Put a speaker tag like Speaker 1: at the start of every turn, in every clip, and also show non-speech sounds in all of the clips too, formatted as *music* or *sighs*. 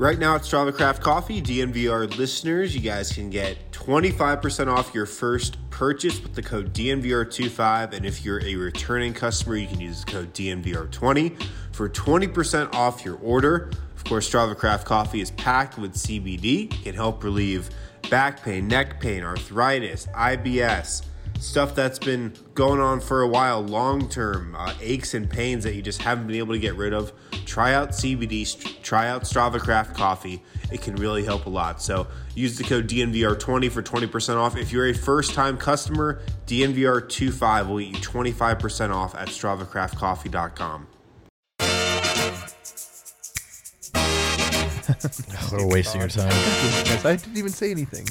Speaker 1: Right now at Strava Craft Coffee, DNVR listeners, you guys can get 25% off your first purchase with the code DNVR25. And if you're a returning customer, you can use the code DNVR20 for 20% off your order. Of course, Strava Craft Coffee is packed with CBD, it can help relieve back pain, neck pain, arthritis, IBS, stuff that's been going on for a while, long term uh, aches and pains that you just haven't been able to get rid of. Try out CBD, st- try out Strava Craft Coffee. It can really help a lot. So use the code DNVR20 for 20% off. If you're a first time customer, DNVR25 will get you 25% off at StravaCraftCoffee.com.
Speaker 2: We're wasting your time.
Speaker 3: Yes, I didn't even say anything.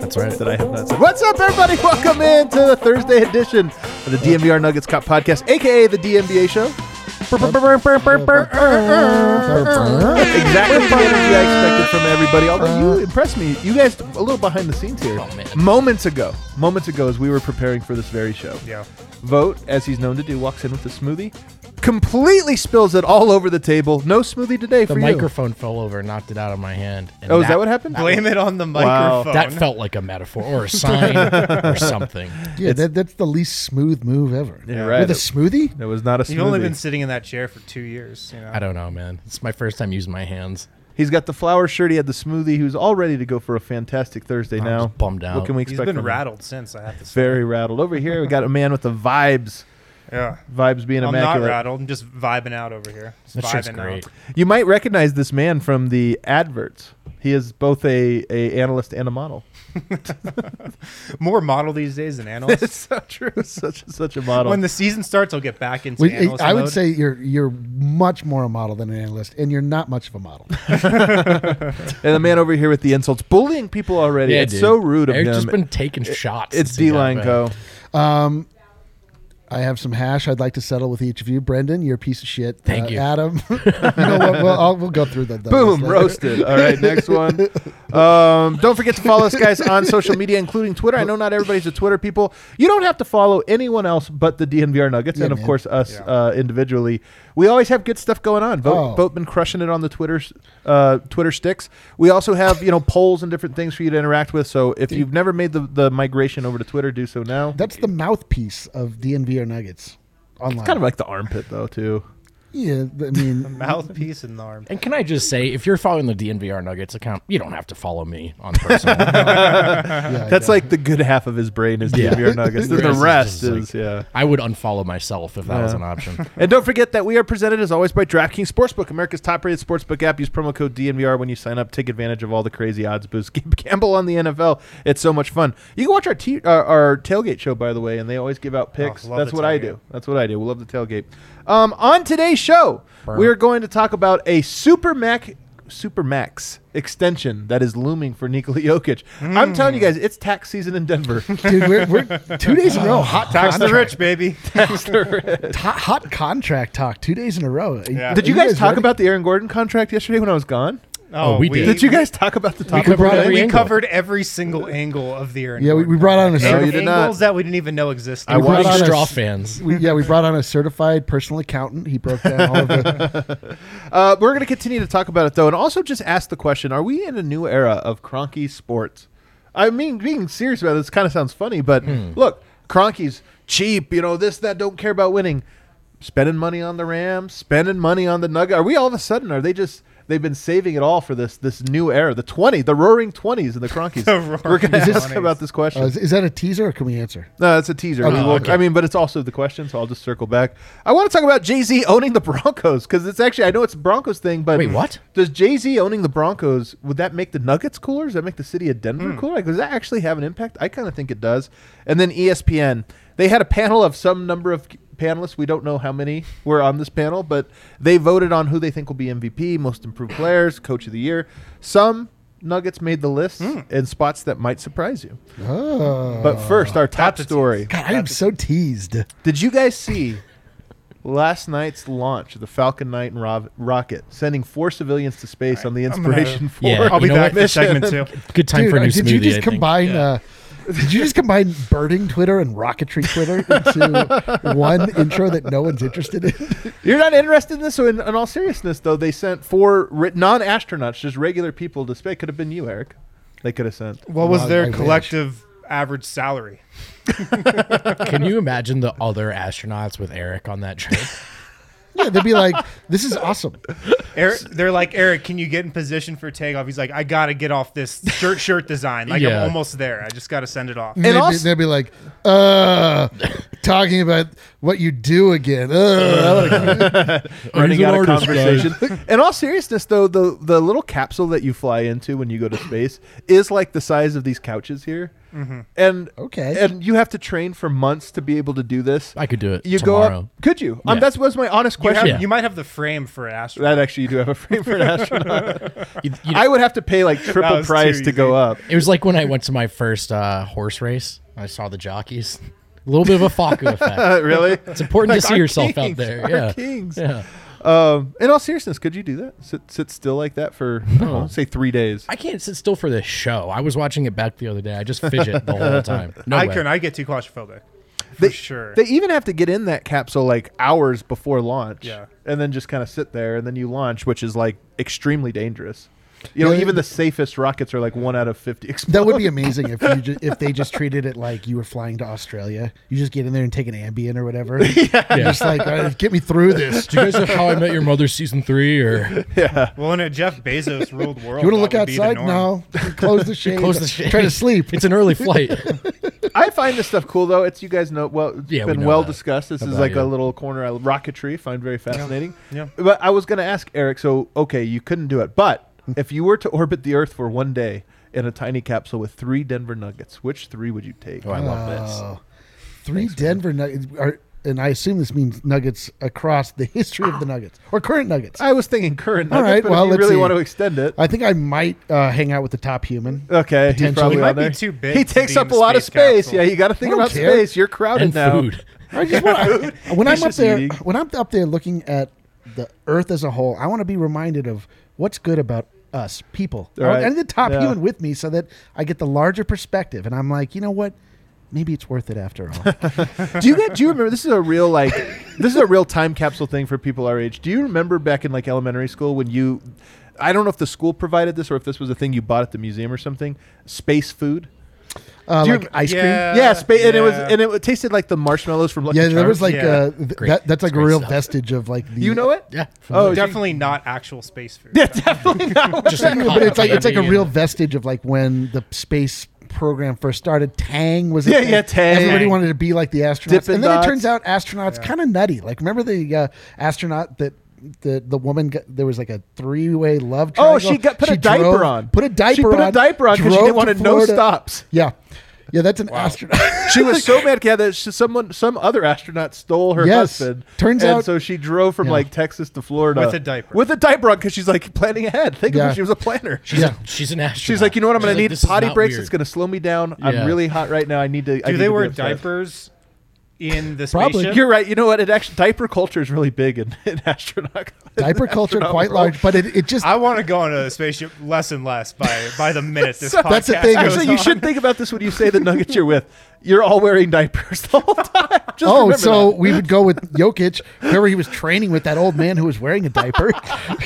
Speaker 2: That's right.
Speaker 3: That I have not said. What's up, everybody? Welcome in to the Thursday edition of the DMVR Nuggets Cup podcast, aka the DMBA show. Exactly the energy I expected from everybody. Although you impressed me, you guys a little behind the scenes here.
Speaker 2: Oh, man.
Speaker 3: Moments ago, moments ago, as we were preparing for this very show,
Speaker 4: Yeah.
Speaker 3: Vote, as he's known to do, walks in with a smoothie, completely spills it all over the table. No smoothie today
Speaker 2: The
Speaker 3: for you.
Speaker 2: microphone fell over, knocked it out of my hand. and
Speaker 3: Oh, is that what happened?
Speaker 4: Blame it on the
Speaker 3: Wow.
Speaker 4: microphone.
Speaker 2: That felt like a metaphor *laughs* or a sign or something.
Speaker 5: Yeah, that, that's the least smooth move ever.
Speaker 3: Yeah, right.
Speaker 5: With a smoothie?
Speaker 3: That was not a smoothie.
Speaker 4: You've only been sitting in that chair for two years. You know?
Speaker 2: I don't know, man. It's my first time using my hands.
Speaker 3: He's got the flower shirt. He had the smoothie. He was all ready to go for a fantastic Thursday.
Speaker 2: I'm
Speaker 3: now
Speaker 2: just bummed out.
Speaker 3: What can we
Speaker 4: He's
Speaker 3: expect?
Speaker 4: been
Speaker 3: from him?
Speaker 4: rattled since. I have to say.
Speaker 3: Very rattled. Over here, we got a man with the vibes.
Speaker 4: Yeah.
Speaker 3: Vibes being
Speaker 4: I'm not
Speaker 3: immaculate.
Speaker 4: rattled. I'm just vibing out over here. Just
Speaker 2: That shit's
Speaker 4: vibing
Speaker 2: great.
Speaker 4: out.
Speaker 3: You might recognize this man from the adverts. He is both a, a analyst and a model. *laughs*
Speaker 4: More model these days than analysts.
Speaker 3: It's so true. Such such a model.
Speaker 4: *laughs* when the season starts, I'll get back into
Speaker 5: We-
Speaker 4: analyst
Speaker 5: I would
Speaker 4: mode.
Speaker 5: say you're you're much more a model than an analyst, and you're not much of
Speaker 3: *laughs*
Speaker 5: a model.
Speaker 3: and the man over here with the insults, bullying people already. it's
Speaker 2: dude.
Speaker 3: so rude of
Speaker 2: I've
Speaker 3: him.
Speaker 2: just been taking shots.
Speaker 3: it's
Speaker 2: since he
Speaker 3: D
Speaker 2: got
Speaker 3: line
Speaker 2: back.
Speaker 3: go.
Speaker 5: I have some hash I'd like to settle with each of you. Brendan, you're a piece of shit.
Speaker 2: Thank
Speaker 5: Uh,
Speaker 2: you.
Speaker 3: *laughs*
Speaker 5: Adam. *laughs* you know what? We'll, I'll, we'll go through the, the
Speaker 3: Boom,
Speaker 5: list
Speaker 3: roasted. All right, next one. Um, don't forget to follow us, guys, on social media, including Twitter. I know not everybody's a Twitter people. You don't have to follow anyone else but the DNVR Nuggets
Speaker 5: Yeah,
Speaker 3: and, of
Speaker 5: man.
Speaker 3: course, us uh, individually. We always have good stuff going on. Vote,
Speaker 5: Oh.
Speaker 3: vote been crushing it on the Twitter uh, Twitter sticks. We also have you know polls and different things for you to interact with. So if you've never made the, the migration over to Twitter, do so now.
Speaker 5: That's the mouthpiece of DNVR Nuggets online.
Speaker 3: Kind of like the armpit though, too.
Speaker 5: yeah, th- I
Speaker 3: *laughs*
Speaker 5: mean,
Speaker 4: mouthpiece and the arm.
Speaker 2: And can I just say, if you're following the DNVR Nuggets account, you don't have to follow me on
Speaker 3: *laughs*
Speaker 2: personal.
Speaker 5: yeah,
Speaker 3: That's
Speaker 5: yeah.
Speaker 3: like the good half of his brain is
Speaker 2: Yeah. *laughs*
Speaker 3: DNVR Nuggets. Then the
Speaker 2: Yes, it's
Speaker 3: rest
Speaker 2: just like-
Speaker 3: is yeah.
Speaker 2: I would unfollow myself if that was
Speaker 3: Yeah.
Speaker 2: an
Speaker 3: *laughs*
Speaker 2: option.
Speaker 3: And don't forget that we are presented as always by DraftKings Sportsbook, America's top-rated sportsbook app. Use promo code DNVR when you sign up. Take advantage of all the crazy odds *laughs* boosts. Gamble on the NFL; it's so much fun. You can watch our t- our, our tailgate show, by the way, and they always give out picks.
Speaker 4: love
Speaker 3: That's
Speaker 4: the
Speaker 3: what I
Speaker 4: tailgate.
Speaker 3: do. That's what I do. We love the tailgate. Um, on today's show, we are going to talk about a Super Mac Super Max extension that is looming for Nikola Jokic. I'm telling you guys, it's tax season in Denver.
Speaker 5: dude, we're, we're two days in
Speaker 3: *laughs*
Speaker 5: a row. Hot
Speaker 4: Tax the
Speaker 5: contract-
Speaker 4: rich, baby.
Speaker 5: hot, hot contract talk. Two days in a row.
Speaker 4: Yeah.
Speaker 3: Did you guys talk
Speaker 5: ready?
Speaker 3: about the Aaron Gordon contract yesterday when I was gone?
Speaker 2: Oh, we did.
Speaker 3: Did you guys talk about the topic?
Speaker 2: covered
Speaker 5: brought
Speaker 2: every
Speaker 4: We
Speaker 2: angle.
Speaker 4: covered every single angle of the Aaron.
Speaker 5: Yeah, we, we
Speaker 4: Gordon
Speaker 5: brought on a
Speaker 4: contract.
Speaker 3: No,
Speaker 5: certi-
Speaker 3: you did not.
Speaker 4: angles that we didn't even know existed.
Speaker 3: I
Speaker 5: We brought
Speaker 3: watched
Speaker 5: on a-
Speaker 2: Straw fans.
Speaker 5: we, yeah, we brought on a certified personal accountant. He broke down all of the.
Speaker 3: Uh, we're going to continue to talk about it though, and also just ask the question: Are we in a new era of Cronky sports? I mean, being serious about
Speaker 4: Hmm.
Speaker 3: this kind of sounds funny, but look, Cronky's cheap. You know this that don't care about winning. spending money on the Rams, spending money on the Nugget. Are we all of a sudden? Are they just? They've been saving it all for this this new era, the twenty, the Roaring Twenties, and the
Speaker 4: *laughs*
Speaker 3: Cronkies.
Speaker 4: The Roaring
Speaker 3: We're going to ask
Speaker 4: 20s.
Speaker 3: about this question.
Speaker 5: Uh, is, is that a teaser or can we answer?
Speaker 3: No, that's a teaser.
Speaker 2: Oh,
Speaker 5: Okay.
Speaker 3: We will- I mean, but it's also the question, so I'll just circle back. I want to talk about Jay Z owning the Broncos because it's actually I know it's a Broncos thing, but
Speaker 2: Wait, what?
Speaker 3: Does Jay Z owning the Broncos would that make the Nuggets cooler? Does that make the city of
Speaker 2: Hmm.
Speaker 3: Denver cooler? Like, does that actually have an impact? I kind of think it does. And then E ESPN, they had a panel of some number of panelists. We don't know how many were on this panel, but they voted on who they think will be MVP, most
Speaker 2: *clears throat*
Speaker 3: improved players, coach of the year. Some. Nuggets made the list
Speaker 2: Hmm.
Speaker 3: in spots that might surprise you.
Speaker 2: Uh,
Speaker 3: But first, our top story.
Speaker 5: God, I am so teased.
Speaker 3: Did you guys see last night's launch of the Falcon Knight and Rov- rocket, sending four civilians to space on the
Speaker 4: gonna-
Speaker 3: Inspiration *laughs* for
Speaker 2: Yeah,
Speaker 4: I'll
Speaker 2: You
Speaker 4: be
Speaker 2: know
Speaker 4: back
Speaker 2: what?
Speaker 4: for segment two.
Speaker 2: Good time
Speaker 5: Dude,
Speaker 2: for a
Speaker 5: uh,
Speaker 2: new
Speaker 5: did
Speaker 2: smoothie.
Speaker 5: you
Speaker 2: I
Speaker 5: just
Speaker 2: think. *laughs*
Speaker 5: combine? Uh, did you just combine birding Twitter and rocketry
Speaker 2: *laughs*
Speaker 5: Twitter into one intro that no one's interested in?
Speaker 3: *laughs* You're not interested in this? So, in, in all seriousness, though, they sent four ri- non astronauts, just regular people to space. Could have been you, Eric. They could have sent.
Speaker 4: What was
Speaker 5: Well, I
Speaker 4: their
Speaker 5: wish.
Speaker 4: collective average salary?
Speaker 2: Can you imagine the other astronauts with Eric on that *laughs* trip?
Speaker 5: Yeah, they'd be like, "This is awesome."
Speaker 4: Eric, they're like, Eric, can you get in position for takeoff? He's like, I gotta get off this shirt shirt design. Like
Speaker 2: Yeah.
Speaker 4: I'm almost there. I just gotta send it off.
Speaker 5: And they'd,
Speaker 3: also-
Speaker 5: be, they'd be like, "Uh, talking about what you do again." Uh, I wanna-
Speaker 3: running
Speaker 2: an
Speaker 3: out of
Speaker 2: artist, guys.
Speaker 3: conversation.
Speaker 2: *laughs*
Speaker 3: in all seriousness, though, the the little capsule that you fly into when you go to space is like the size of these couches here.
Speaker 2: Mm-hmm.
Speaker 3: And
Speaker 5: Okay.
Speaker 3: and you have to train for months to be able to do this.
Speaker 2: I could do it
Speaker 3: You go
Speaker 2: tomorrow.
Speaker 3: up? Could you? Um,
Speaker 2: Yeah.
Speaker 3: that was my honest
Speaker 4: You, have-
Speaker 2: *laughs*
Speaker 3: question.
Speaker 2: Yeah.
Speaker 4: you might have the frame for an astronaut.
Speaker 3: That actually, you do have a
Speaker 2: *laughs*
Speaker 3: frame for an astronaut.
Speaker 2: You- you-
Speaker 3: I would have to pay like triple
Speaker 4: was too
Speaker 3: price to
Speaker 4: easy.
Speaker 3: go up.
Speaker 2: it was like when I went to my first uh, horse race. I saw the jockeys. *laughs* A little bit of a Faku effect.
Speaker 3: *laughs* Uh,
Speaker 2: *laughs*
Speaker 3: really? It's
Speaker 2: important to see yourself out there, yeah.
Speaker 3: Kings.
Speaker 2: Yeah.
Speaker 3: Um, in all seriousness, could you do that? Sit sit still like that for I don't know, say three days.
Speaker 2: I can't sit still for this show. I was watching it back the other day. I just fidget the
Speaker 3: *laughs*
Speaker 2: whole time. No
Speaker 4: I
Speaker 2: way.
Speaker 4: can. I get too claustrophobic. For
Speaker 3: they,
Speaker 4: sure.
Speaker 3: They even have to get in that capsule like hours before launch.
Speaker 4: Yeah.
Speaker 3: And then just kind of sit there and then you launch, which is like extremely dangerous. You know,
Speaker 5: Yeah,
Speaker 3: even
Speaker 5: they-
Speaker 3: the safest rockets are like one out of 50. Expl-
Speaker 5: that would be amazing if you ju- if they just treated it like you were flying to Australia. You just get in there and take an Ambien or
Speaker 2: *laughs*
Speaker 5: whatever. You're just like, "All right, "Get me through this."
Speaker 2: Do you guys have How I Met Your Mother season three
Speaker 3: *laughs*
Speaker 2: or
Speaker 4: well, in a Jeff
Speaker 5: *laughs*
Speaker 4: Bezos ruled world,
Speaker 5: You want to
Speaker 4: that would
Speaker 5: look
Speaker 4: be the
Speaker 5: outside?
Speaker 4: norm.
Speaker 5: *laughs* No. Close the shade.
Speaker 2: Close the Shade.
Speaker 5: Try to sleep.
Speaker 2: It's an early
Speaker 3: *laughs*
Speaker 2: flight.
Speaker 3: I find this stuff cool though. It's you guys know well. It's
Speaker 2: Yeah, we
Speaker 3: been
Speaker 2: know
Speaker 3: well
Speaker 2: that.
Speaker 3: discussed. This is
Speaker 2: About
Speaker 3: like
Speaker 2: you.
Speaker 3: a little corner of rocketry. Find very fascinating.
Speaker 4: Yeah.
Speaker 3: But I was going to ask Eric. So okay, you couldn't do it, but
Speaker 5: Hmm.
Speaker 3: if you were to orbit the Earth for one day in a tiny capsule with three Denver Nuggets, which three would you take?
Speaker 2: Oh, I love this.
Speaker 5: Oh, *laughs* three Denver Nuggets. Are, and I assume this means Nuggets across the history of the Nuggets or current Nuggets. I,
Speaker 3: I was thinking current
Speaker 5: All
Speaker 3: Nuggets,
Speaker 5: right,
Speaker 3: but
Speaker 5: well,
Speaker 3: if you
Speaker 5: let's
Speaker 3: really
Speaker 5: see.
Speaker 3: want to extend it,
Speaker 5: think I might uh, hang out with the top human.
Speaker 3: Okay, he's
Speaker 5: Potentially.
Speaker 3: probably
Speaker 5: He
Speaker 4: might
Speaker 3: on
Speaker 4: be
Speaker 3: there.
Speaker 4: too big
Speaker 3: He
Speaker 4: to
Speaker 3: takes
Speaker 4: be
Speaker 3: up
Speaker 4: in
Speaker 3: a
Speaker 4: the
Speaker 3: lot of
Speaker 4: space
Speaker 3: space.
Speaker 4: capsule.
Speaker 3: Yeah, you got to think
Speaker 5: I don't
Speaker 3: about
Speaker 5: care.
Speaker 3: space. You're crowded
Speaker 2: and
Speaker 3: now.
Speaker 2: food.
Speaker 5: I just wanna- when
Speaker 3: He's
Speaker 5: I'm up
Speaker 3: just
Speaker 5: there,
Speaker 3: eating.
Speaker 5: when I'm up there looking at the Earth as a whole, I want to be reminded of what's good about us people. I
Speaker 3: All right.
Speaker 5: want- I need the top
Speaker 3: Yeah.
Speaker 5: human with me so that I get the larger perspective, and I'm like, you know what? Maybe it's worth it
Speaker 3: *laughs*
Speaker 5: after all.
Speaker 3: *laughs* do you get? Do you remember? This is a real like. this is a real time capsule thing for people our age. Do you remember back in like elementary school when you? I don't know if the school provided this or if this was a thing you bought at the museum or something. Space food.
Speaker 5: Uh,
Speaker 3: Do you-
Speaker 5: like ice cream.
Speaker 4: Yeah.
Speaker 3: yeah, spa- and it was
Speaker 4: yeah.
Speaker 3: and it tasted like the marshmallows from Lucky
Speaker 5: Yeah, there was
Speaker 3: Charms.
Speaker 5: like
Speaker 4: Yeah.
Speaker 5: uh, th-
Speaker 2: Great.
Speaker 5: that, that's like a
Speaker 2: Great
Speaker 5: real
Speaker 2: stuff.
Speaker 5: vestige of like the
Speaker 3: You know it?
Speaker 2: Yeah.
Speaker 3: Oh, you-
Speaker 4: definitely not actual space food.
Speaker 2: Just like
Speaker 5: but it's like it's like a
Speaker 2: cotton
Speaker 5: real
Speaker 2: candy
Speaker 5: vestige of like when the space program first started. Tang was a
Speaker 3: Yeah,
Speaker 5: thing.
Speaker 3: yeah, Tang.
Speaker 5: Everybody wanted to be like the astronauts,
Speaker 3: Dippin'
Speaker 5: and then
Speaker 3: Dots.
Speaker 5: it turns out astronauts kind of nutty. Like remember the uh, astronaut that. The, the woman got, there was like a three way love triangle.
Speaker 3: Oh, she got put a diaper
Speaker 5: drove-
Speaker 3: on.
Speaker 5: Put a diaper
Speaker 3: She put
Speaker 5: on.
Speaker 3: a diaper on because she
Speaker 5: drove
Speaker 3: didn't want to no
Speaker 5: Florida.
Speaker 3: stops.
Speaker 5: Yeah, yeah, that's an astronaut. *laughs*
Speaker 3: She was so mad, yeah, that she, someone, some other astronaut stole her
Speaker 5: Yes.
Speaker 3: husband.
Speaker 5: Turns
Speaker 3: and
Speaker 5: out-
Speaker 3: so she drove from
Speaker 5: Yeah.
Speaker 3: like Texas to Florida
Speaker 4: With a diaper.
Speaker 3: With a diaper on because she's like planning ahead. Think of
Speaker 5: Yeah.
Speaker 3: it, she was a planner.
Speaker 2: She's,
Speaker 5: Yeah.
Speaker 2: a, she's an astronaut.
Speaker 3: She's like, you know what? I'm
Speaker 2: She's
Speaker 3: going
Speaker 2: like,
Speaker 3: to need
Speaker 2: this is
Speaker 3: potty
Speaker 2: not
Speaker 3: breaks.
Speaker 2: weird.
Speaker 3: It's going to slow me down.
Speaker 2: Yeah.
Speaker 3: I'm really hot right now. I need to. I
Speaker 4: Do
Speaker 3: need
Speaker 4: they
Speaker 3: to be
Speaker 4: wear
Speaker 3: upstairs.
Speaker 4: diapers in the
Speaker 5: Probably.
Speaker 4: spaceship?
Speaker 3: You're right. You know what? It actually diaper culture is really big in, in *laughs* astronaut. in
Speaker 5: diaper culture
Speaker 3: astronaut
Speaker 5: quite
Speaker 3: world.
Speaker 5: large, but it, it just
Speaker 4: I want to go into the spaceship less and less by by the minute this podcast
Speaker 5: *laughs* That's the thing.
Speaker 4: goes
Speaker 3: Actually, you
Speaker 4: on.
Speaker 3: should think about this when you say the Nuggets you're with. You're all wearing diapers the whole time. Just
Speaker 5: oh,
Speaker 3: remember
Speaker 5: so
Speaker 3: that.
Speaker 5: we would go with
Speaker 3: *laughs*
Speaker 5: Jokic. Remember, he was training with that old man who was wearing a diaper.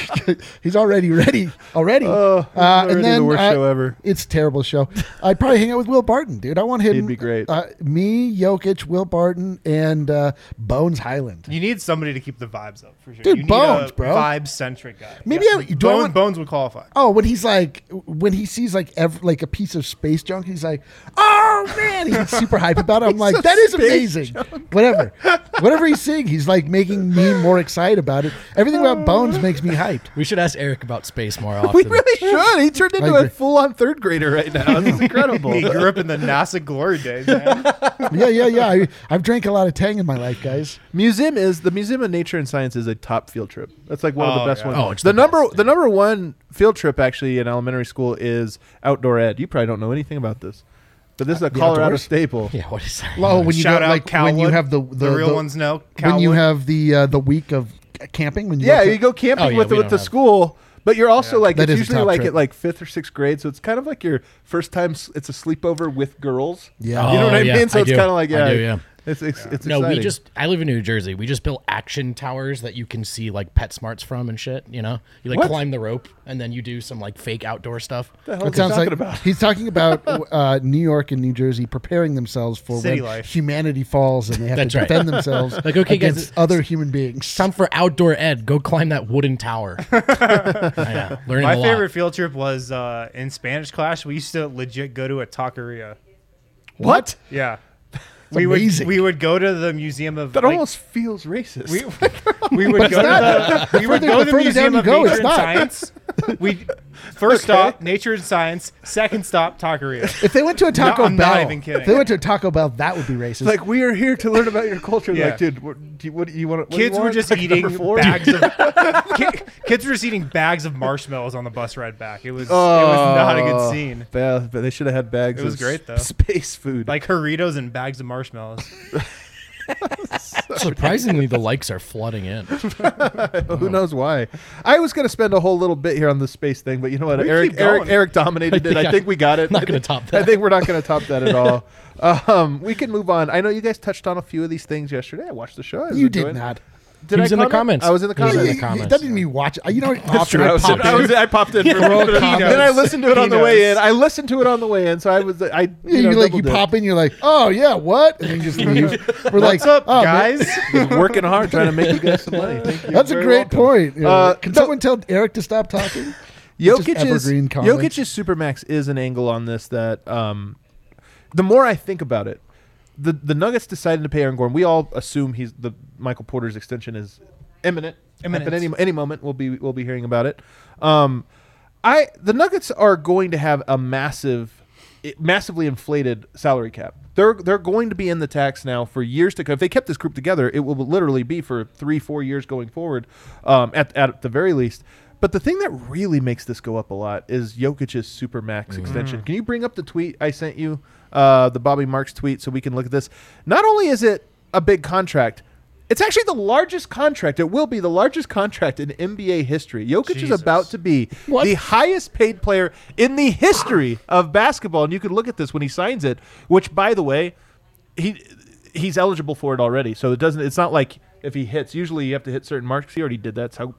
Speaker 5: *laughs* He's already ready. Already.
Speaker 3: Oh, this is already the worst
Speaker 5: uh,
Speaker 3: show ever.
Speaker 5: It's a terrible show. I'd probably hang out with Will Barton, dude. I want him.
Speaker 3: He'd be great.
Speaker 5: Uh, me, Jokic, Will Barton, Morton and uh, Bones Highland.
Speaker 4: You need somebody to keep the vibes up for sure.
Speaker 5: Dude,
Speaker 4: you need
Speaker 5: Bones,
Speaker 4: a
Speaker 5: bro.
Speaker 4: Vibe centric guy.
Speaker 5: Maybe I- do I
Speaker 4: Bone,
Speaker 5: want-
Speaker 4: Bones would qualify.
Speaker 5: Oh, when he's like, when he sees like ev- like a piece of space junk, he's like, "Oh man!" *laughs* He's super hype about it. I'm like, "That is amazing." Whatever, *laughs* whatever he's seeing, he's like making me more excited about it. Everything about Bones makes me hyped.
Speaker 2: We should ask Eric about space more often.
Speaker 3: *laughs* We really should. He turned into
Speaker 5: agree.
Speaker 3: a full-on third grader right now.
Speaker 5: *laughs*
Speaker 3: This is
Speaker 4: *laughs* He
Speaker 3: incredible.
Speaker 4: grew up in the NASA glory days, man.
Speaker 5: Yeah, yeah, yeah. I, I've drank a lot of Tang in my life, guys.
Speaker 3: museum is the Museum of Nature and Science is a top field trip. That's like one of
Speaker 4: Oh,
Speaker 3: the best
Speaker 4: yeah.
Speaker 3: ones.
Speaker 2: Oh, it's
Speaker 3: the,
Speaker 2: the
Speaker 3: number
Speaker 2: best,
Speaker 3: the number one field trip actually in elementary school is outdoor ed. You probably don't know anything about this, but this is a Colorado
Speaker 5: outdoors?
Speaker 3: staple.
Speaker 2: Yeah, what is that?
Speaker 5: Oh, when you
Speaker 4: Shout
Speaker 5: go,
Speaker 4: out
Speaker 5: like when you
Speaker 4: Calwood.
Speaker 5: have the the,
Speaker 4: The real ones know
Speaker 5: when you
Speaker 4: Calwood.
Speaker 5: have the uh, the week of camping when you
Speaker 3: Yeah,
Speaker 5: go,
Speaker 3: you go camping
Speaker 2: Oh, yeah,
Speaker 3: with
Speaker 2: we
Speaker 3: with
Speaker 2: don't
Speaker 3: the
Speaker 2: have-
Speaker 3: school, but you're also like
Speaker 5: That
Speaker 3: it's
Speaker 5: is a
Speaker 3: usually
Speaker 5: top
Speaker 3: like
Speaker 5: trip.
Speaker 3: at like fifth or sixth grade, so it's kind of like your first time. s- It's a sleepover with girls.
Speaker 5: Yeah.
Speaker 3: you know what
Speaker 2: Oh,
Speaker 3: I
Speaker 2: yeah,
Speaker 3: mean. So
Speaker 2: I
Speaker 3: it's
Speaker 2: do.
Speaker 3: kind of like yeah,
Speaker 2: I do, yeah.
Speaker 3: It's it's, it's
Speaker 2: no,
Speaker 3: exciting.
Speaker 2: we just I live in New Jersey. We just built action towers that you can see like pet smarts from and shit, you know? You like
Speaker 3: What?
Speaker 2: climb the rope and then you do some like fake outdoor stuff.
Speaker 3: What the hell
Speaker 5: It
Speaker 3: is he
Speaker 5: sounds
Speaker 3: talking
Speaker 5: like
Speaker 3: about?
Speaker 5: he's
Speaker 3: *laughs*
Speaker 5: talking about uh, New York and New Jersey preparing themselves for
Speaker 4: City
Speaker 5: when
Speaker 4: life.
Speaker 5: humanity falls and they have
Speaker 2: That's
Speaker 5: to
Speaker 2: right.
Speaker 5: defend themselves
Speaker 2: *laughs* Like, okay, guys,
Speaker 5: against
Speaker 2: it's-
Speaker 5: other human beings. *laughs*
Speaker 2: Time for outdoor ed. Go climb that wooden
Speaker 3: *laughs*
Speaker 2: tower. yeah, learning
Speaker 4: My
Speaker 2: a lot.
Speaker 4: favorite field trip was uh, in Spanish class. We used to legit go to a taqueria.
Speaker 3: what?
Speaker 4: Yeah. We
Speaker 5: amazing.
Speaker 4: would we would go to the museum of
Speaker 3: That
Speaker 4: like,
Speaker 3: almost feels racist.
Speaker 4: we, we would go to the, *laughs* we would
Speaker 5: further-
Speaker 4: go to
Speaker 5: the
Speaker 4: the
Speaker 5: further
Speaker 4: museum
Speaker 5: down you
Speaker 4: of
Speaker 5: go,
Speaker 4: nature
Speaker 5: it's
Speaker 4: and
Speaker 5: not.
Speaker 4: science.
Speaker 5: *laughs*
Speaker 4: We first stop nature and science. Second stop
Speaker 5: *laughs*
Speaker 4: taqueria.
Speaker 5: If they went to a Taco
Speaker 4: I'm
Speaker 5: Bell,
Speaker 4: not even kidding.
Speaker 5: if they went to a Taco Bell, that would be racist.
Speaker 3: like we are here to learn about your culture.
Speaker 4: Yeah.
Speaker 3: Like, dude, what do you, what do you want?
Speaker 4: Kids were just eating bags of
Speaker 5: *laughs*
Speaker 4: ki- kids were just eating bags of marshmallows on the bus ride back. It was it was not a
Speaker 5: Oh.
Speaker 4: good scene.
Speaker 3: Yeah, but Oh. they should have had bags.
Speaker 4: It was
Speaker 3: of
Speaker 4: great,
Speaker 3: s- *laughs*
Speaker 4: though.
Speaker 3: Space food.
Speaker 4: Like Doritos and bags of marshmallows.
Speaker 3: *laughs*
Speaker 2: Surprisingly, the likes are flooding in.
Speaker 4: oh.
Speaker 3: Who knows why? I was going to spend a whole little bit here on the space thing, but you know what?
Speaker 4: We
Speaker 3: Eric,
Speaker 4: keep going.
Speaker 3: Eric, Eric dominated
Speaker 2: I
Speaker 3: it.
Speaker 2: think
Speaker 3: I
Speaker 2: I-
Speaker 3: think we
Speaker 4: *laughs*
Speaker 3: got it.
Speaker 2: not
Speaker 3: I
Speaker 2: gonna
Speaker 3: think-
Speaker 2: top that.
Speaker 3: I think we're not going to top that at all. um, we can move on. I know you guys touched on a few of these things yesterday. I watched the show. I was
Speaker 5: you did
Speaker 3: enjoying it.
Speaker 5: not.
Speaker 3: Did
Speaker 2: He
Speaker 3: I
Speaker 2: was in the
Speaker 3: comment?
Speaker 2: comments.
Speaker 3: I was in the
Speaker 2: He was
Speaker 3: comments.
Speaker 2: in the
Speaker 5: You- you-
Speaker 2: comments,
Speaker 5: That didn't mean watch. You know,
Speaker 3: That's
Speaker 5: often
Speaker 3: true. I,
Speaker 5: I
Speaker 3: was,
Speaker 5: pop
Speaker 3: I,
Speaker 5: in.
Speaker 3: was, I *laughs* popped in. for a little bit.
Speaker 4: He
Speaker 3: Then I
Speaker 4: knows.
Speaker 3: listened to it on
Speaker 4: He
Speaker 3: the way in.
Speaker 4: knows.
Speaker 3: I listened to it on the way in, so I was. I you,
Speaker 5: Yeah, *laughs* you,
Speaker 3: know,
Speaker 5: like you
Speaker 3: double-dipped.
Speaker 5: pop in, you're like, oh yeah, what? And then
Speaker 3: *laughs*
Speaker 5: you just leave. We're like,
Speaker 4: What's up,
Speaker 5: "Oh, man, *laughs*
Speaker 4: guys?
Speaker 3: Was working hard trying to make you guys some money. Thank you.
Speaker 5: that's a
Speaker 3: Very
Speaker 5: great
Speaker 3: welcome.
Speaker 5: point. You're
Speaker 3: Uh,
Speaker 5: like, Can
Speaker 3: so-
Speaker 5: someone tell Eric to stop talking? Just
Speaker 3: Jokic is
Speaker 5: evergreen comments.
Speaker 3: Jokic's supermax is an angle on this that um, the more I think about it, the the Nuggets decided to pay Aaron Gordon. We all assume he's the Michael Porter's extension is imminent.
Speaker 4: Imminent.
Speaker 3: At any any moment we'll be we'll be hearing about it. Um, I the Nuggets are going to have a massive, i- massively inflated salary cap. They're they're going to be in the tax now for years to come. If they kept this group together, it will literally be for three four years going forward, um, at at the very least. But the thing that really makes this go up a lot is Jokic's supermax extension. Can you bring up the tweet I sent you, uh, the Bobby Marks tweet, so we can look at this? Not only is it a big contract, it's actually the largest contract. It will be the largest contract in NBA history. Jokic is
Speaker 4: Jesus.
Speaker 3: about to be the highest paid player in the history of basketball, and you can look at this when he signs it. Which, by the way, he he's eligible for it already. So it doesn't. It's not like if he hits. Usually, you have to hit certain marks. He already did that. That's how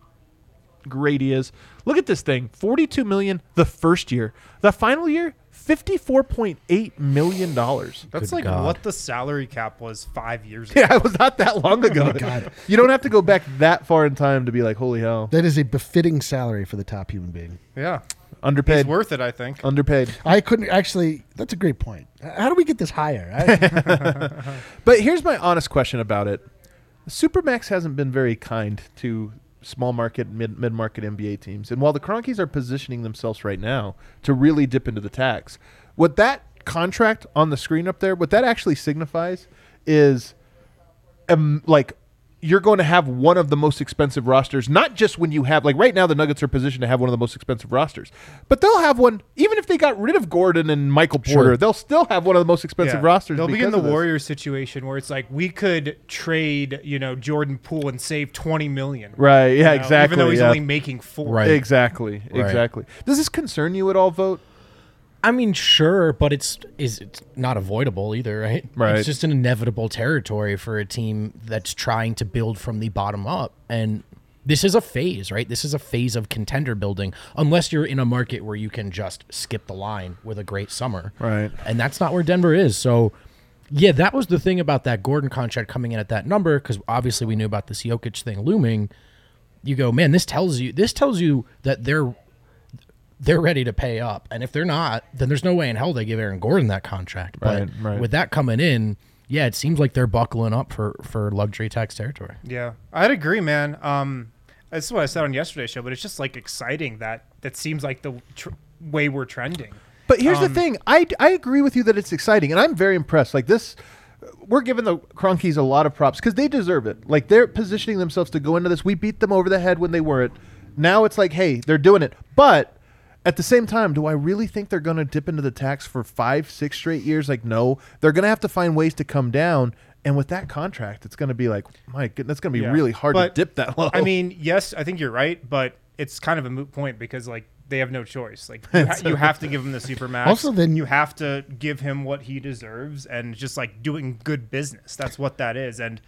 Speaker 3: great he is. Look at this thing: forty-two million the first year. The final year, fifty-four point eight million dollars.
Speaker 4: That's
Speaker 2: Good
Speaker 4: like
Speaker 2: God.
Speaker 4: what the salary cap was five years
Speaker 3: *laughs*
Speaker 4: ago.
Speaker 3: Yeah, it was not that long ago.
Speaker 5: God.
Speaker 3: You don't have to go back that far in time to be like, holy hell,
Speaker 5: That is a befitting salary for the top human being.
Speaker 4: Yeah.
Speaker 3: underpaid.
Speaker 4: It's worth it, I think.
Speaker 3: underpaid.
Speaker 5: I couldn't actually. That's a great point. How do we get this higher?
Speaker 3: *laughs*
Speaker 5: I,
Speaker 3: But here's my honest question about it. Supermax hasn't been very kind to small market, mid mid market NBA teams. And while the Cronkies are positioning themselves right now to really dip into the tax, what that contract on the screen up there, what that actually signifies is um, like you're going to have one of the most expensive rosters, not just when you have like right now the Nuggets are positioned to have one of the most expensive rosters, but they'll have one even if they got rid of Gordon and Michael Porter, they'll still have one of the most expensive
Speaker 4: Yeah.
Speaker 3: rosters.
Speaker 4: They'll be in
Speaker 3: because
Speaker 4: the
Speaker 3: of this.
Speaker 4: Warriors situation where it's like we could trade, you know, Jordan Poole and save twenty million.
Speaker 3: Right. Yeah.
Speaker 4: You know,
Speaker 3: exactly.
Speaker 4: Even though he's
Speaker 3: yeah.
Speaker 4: only making four.
Speaker 2: Right.
Speaker 3: Exactly. Exactly. Does this concern you at all? Vote.
Speaker 2: I mean, sure, but it's is it's not avoidable either, right?
Speaker 3: Right.
Speaker 2: It's just an inevitable territory for a team that's trying to build from the bottom up, and this is a phase, right? This is a phase of contender building, unless you're in a market where you can just skip the line with a great summer,
Speaker 3: Right.
Speaker 2: And that's not where Denver is. So, Yeah, that was the thing about that Gordon contract coming in at that number because obviously we knew about this Jokic thing looming. You go, man, this tells you this tells you that they're they're ready to pay up, and if they're not, then there's no way in hell they give Aaron Gordon that contract.
Speaker 3: Right,
Speaker 2: but
Speaker 3: right.
Speaker 2: with that coming in, yeah, it seems like they're buckling up for for luxury tax territory.
Speaker 4: Yeah, I'd agree, man. Um, this is what I said on yesterday's show, but it's just like exciting that that seems like the tr- way we're trending.
Speaker 3: But here's the thing. I, I agree with you that it's exciting, and I'm very impressed. Like this, we're giving the Cronkies a lot of props because they deserve it. Like they're positioning themselves to go into this. We beat them over the head when they weren't. Now it's like, hey, they're doing it. But at the same time, do I really think they're going to dip into the tax for five, six straight years? Like, no, they're going to have to find ways to come down. And with that contract, it's going to be like, my goodness, that's going to be
Speaker 4: Yeah.
Speaker 3: really hard
Speaker 4: But,
Speaker 3: to dip that *laughs* low.
Speaker 4: I mean, yes, I think you're right, but it's kind of a moot point because like they have no choice.
Speaker 5: *laughs*
Speaker 4: Like you, ha- you have to give him the super max.
Speaker 5: Also, then-
Speaker 4: you have to give him what he deserves, and just like doing good business. That's what that is, and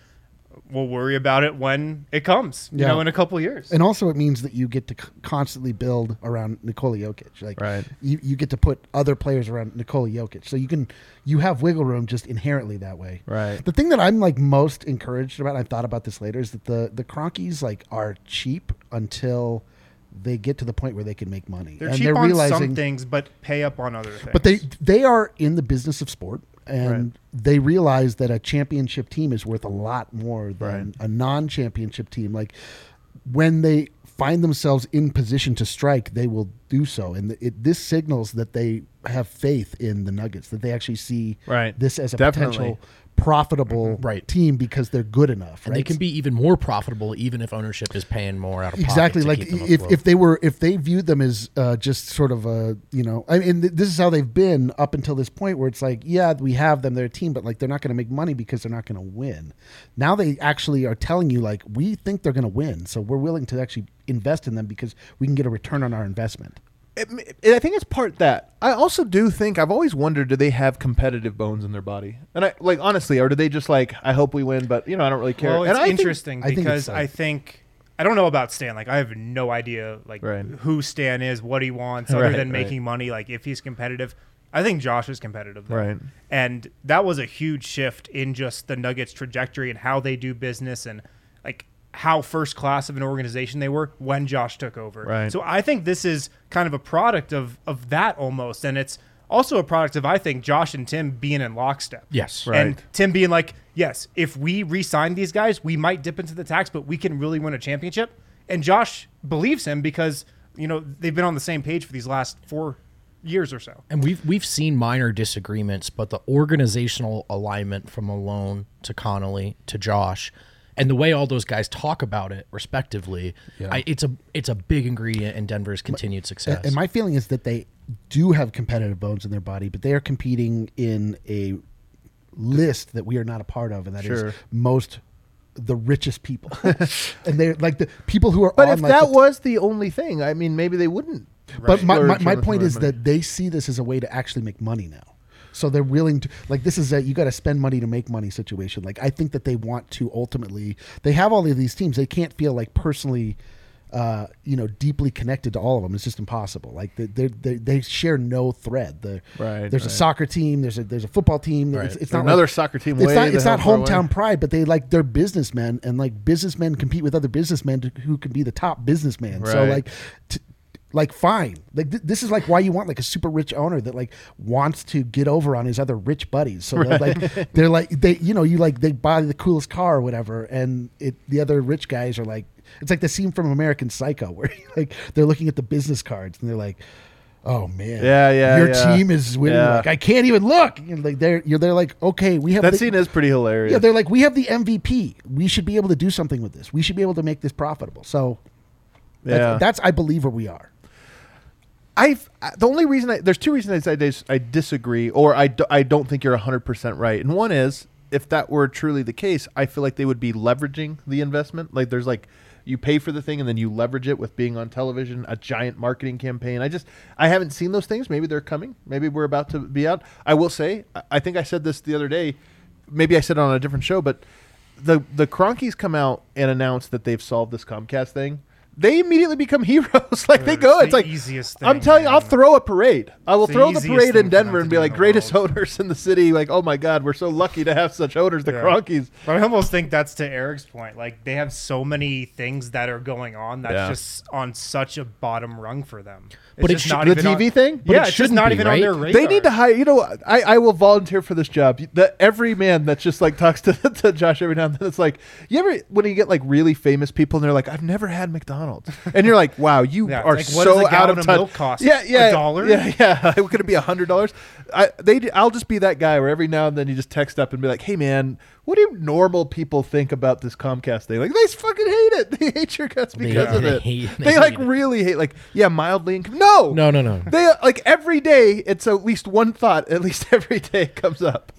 Speaker 4: we'll worry about it when it comes. You
Speaker 5: Yeah.
Speaker 4: know, in a couple years.
Speaker 5: And also, it means that you get to c- constantly build around Nikola Jokic. Like,
Speaker 3: Right.
Speaker 5: you, you get to put other players around Nikola Jokic, so you can you have wiggle room just inherently that way.
Speaker 3: Right.
Speaker 5: The thing that I'm like most encouraged about, and I've thought about this later, is that the the Cronkies like are cheap until they get to the point where they can make money.
Speaker 4: they're
Speaker 5: and
Speaker 4: cheap
Speaker 5: they're
Speaker 4: on
Speaker 5: realizing,
Speaker 4: some things, but pay up on other things.
Speaker 5: but they they are in the business of sport, and they realize that a championship team is worth a lot more than a non-championship team. Like when they find themselves in position to strike, they will do so, and it, this signals that they have faith in the Nuggets that they actually see
Speaker 3: Right.
Speaker 5: this as a
Speaker 3: Definitely.
Speaker 5: potential profitable
Speaker 2: Right.
Speaker 5: team because they're good enough.
Speaker 2: And
Speaker 5: right?
Speaker 2: they can be even more profitable even if ownership is paying more out of pocket
Speaker 5: exactly
Speaker 2: to
Speaker 5: like
Speaker 2: keep them
Speaker 5: if,
Speaker 2: afloat.
Speaker 5: if they were if they viewed them as uh, just sort of a you know I mean th- this is how they've been up until this point where it's like yeah we have them they're a team but like they're not going to make money because they're not going to win now they actually are telling you like we think they're going to win so we're willing to actually invest in them because we can get a return on our investment
Speaker 3: it, it- I think it's part that. I also do think I've always wondered do they have competitive bones in their body? And I like honestly, or do they just like I hope we win, but you know I don't really care.
Speaker 4: Well,
Speaker 3: and
Speaker 4: it's
Speaker 3: I think-
Speaker 4: interesting
Speaker 5: I think it's
Speaker 4: because
Speaker 5: like-
Speaker 4: I think I don't know about Stan. Like I have no idea like
Speaker 3: Right.
Speaker 4: who Stan is, what he
Speaker 3: *laughs*
Speaker 4: wants, other
Speaker 3: Right,
Speaker 4: than
Speaker 3: right.
Speaker 4: making money. Like if he's competitive, I think Josh is competitive. though.
Speaker 3: Right.
Speaker 4: and that was a huge shift in just the Nuggets' trajectory and how they do business and like how first class of an organization they were when Josh took over.
Speaker 3: Right.
Speaker 4: So I think this is kind of a product of of that almost, and it's also a product of I think Josh and Tim being in lockstep.
Speaker 2: Yes.
Speaker 4: And
Speaker 3: Right.
Speaker 4: Tim being like, yes, if we re-sign these guys, we might dip into the tax, but we can really win a championship. And Josh believes him because you know they've been on the same page for these last four years or so.
Speaker 2: And we've we've seen minor disagreements, but the organizational alignment from Malone to Connolly to Josh, and the way all those guys talk about it respectively, I, it's a it's a big ingredient in Denver's continued success.
Speaker 5: And my feeling is that they do have competitive bones in their body, but they are competing in a list that we are not a part of, and that is
Speaker 3: Sure.
Speaker 5: most the richest
Speaker 3: *laughs*
Speaker 5: people, and they're like the people who are.
Speaker 3: But
Speaker 5: on,
Speaker 3: if
Speaker 5: like,
Speaker 3: that
Speaker 5: the-
Speaker 3: was the only thing, I mean, maybe they wouldn't.
Speaker 5: but my, my,
Speaker 3: splurge
Speaker 5: my
Speaker 3: on the
Speaker 5: point
Speaker 3: side
Speaker 5: is
Speaker 3: money.
Speaker 5: that they see this as a way to actually make money now. So they're willing to like this is a you got to spend money to make money situation. Like I think that they want to ultimately they have all of these teams. They can't feel like personally, uh, you know, deeply connected to all of them. It's just impossible. Like they they they, they share no thread. The,
Speaker 3: Right,
Speaker 5: There's a
Speaker 3: right.
Speaker 5: soccer team. There's a there's a football team. It's, it's not
Speaker 3: Another
Speaker 5: like-
Speaker 3: soccer team
Speaker 5: It's
Speaker 3: way
Speaker 5: not
Speaker 3: the
Speaker 5: it's not
Speaker 3: hell far away.
Speaker 5: hometown pride, but they like they're businessmen, and like businessmen compete with other businessmen to, who can be the top businessman. So
Speaker 3: Right.
Speaker 5: like, t- like fine, like th- this is like why you want like a super rich owner that like wants to get over on his other rich buddies. So
Speaker 3: *laughs*
Speaker 5: they're like they're like they you know you like they buy the coolest car or whatever, and it the other rich guys are like it's like the scene from American Psycho *laughs* where like they're looking at the business cards and they're like. Oh man!
Speaker 3: Yeah, yeah,
Speaker 5: Your
Speaker 3: yeah.
Speaker 5: team is winning.
Speaker 3: Yeah.
Speaker 5: Like I can't even look. And like they're, you're, they're like, okay, we have
Speaker 3: that
Speaker 5: the-
Speaker 3: scene is pretty hilarious.
Speaker 5: yeah, they're like, we have the MVP. We should be able to do something with this. We should be able to make this profitable. So that's,
Speaker 3: Yeah.
Speaker 5: that's I believe, where we are.
Speaker 3: I've I- the only reason I, there's two reasons I, dis- I disagree or I, do, I don't think you're 100% right. And one is if that were truly the case, I feel like they would be leveraging the investment. Like there's like you pay for the thing and then you leverage it with being on television, a giant marketing campaign. I just I haven't seen those things. Maybe they're coming. Maybe we're about to be out. I will say I- I think I said this the other day. Maybe I said it on a different show, but the the Cronkies come out and announce that they've solved this Comcast thing. they immediately become *laughs* heroes. like they
Speaker 4: It's
Speaker 3: go.
Speaker 4: the
Speaker 3: It's like
Speaker 4: easiest
Speaker 3: I'm
Speaker 4: thing,
Speaker 3: telling you, I'll
Speaker 4: man.
Speaker 3: throw a parade. I will
Speaker 4: It's the
Speaker 3: throw the
Speaker 4: easiest
Speaker 3: parade
Speaker 4: thing
Speaker 3: in
Speaker 4: for them
Speaker 3: Denver
Speaker 4: to
Speaker 3: and
Speaker 4: do
Speaker 3: be
Speaker 4: in
Speaker 3: like,
Speaker 4: the
Speaker 3: greatest
Speaker 4: world."
Speaker 3: honors in the city. Like, oh my God, we're so lucky to have such honors. The
Speaker 4: Yeah.
Speaker 3: Cronkies.
Speaker 4: But I almost think that's to Eric's point. Like they have so many things that are going on that's
Speaker 3: Yeah.
Speaker 4: just on such a bottom rung for them. It's
Speaker 2: But it
Speaker 4: just
Speaker 2: should-
Speaker 4: not
Speaker 3: the
Speaker 4: even on-
Speaker 3: TV thing? But
Speaker 4: yeah,
Speaker 2: it
Speaker 4: it's just
Speaker 2: shouldn't
Speaker 4: not
Speaker 2: be,
Speaker 4: even on
Speaker 2: right?
Speaker 4: their
Speaker 2: They
Speaker 4: radar.
Speaker 3: They need to hire. You know, what? I, I will volunteer for this job. The, every man that's just like *laughs* talks to, to Josh every now and then. It's like you ever when you get like really famous people and they're like, "I've never had
Speaker 4: *laughs*
Speaker 3: McDonald's," and you're like, "Wow, you
Speaker 4: Yeah, it's
Speaker 3: are
Speaker 4: like, what does
Speaker 3: so
Speaker 4: a
Speaker 3: out
Speaker 4: gallon
Speaker 3: of
Speaker 4: of
Speaker 3: touch."
Speaker 4: milk cost?
Speaker 3: Yeah, yeah,
Speaker 4: A dollar?
Speaker 3: Yeah, *laughs* yeah. Could it be a hundred dollars? I they d- I'll just be that guy where every now and then you just text up and be like, "Hey man, what do normal people think about this Comcast thing?" Like they s- fucking hate it. *laughs* They hate your guts because of
Speaker 2: they
Speaker 3: it.
Speaker 2: hate-
Speaker 3: they
Speaker 2: they hate
Speaker 3: like
Speaker 2: it. *laughs*
Speaker 3: really hate like yeah mildly income. No,
Speaker 2: No, no, no.
Speaker 3: they like every day it's at least one thought at least *laughs* every day comes up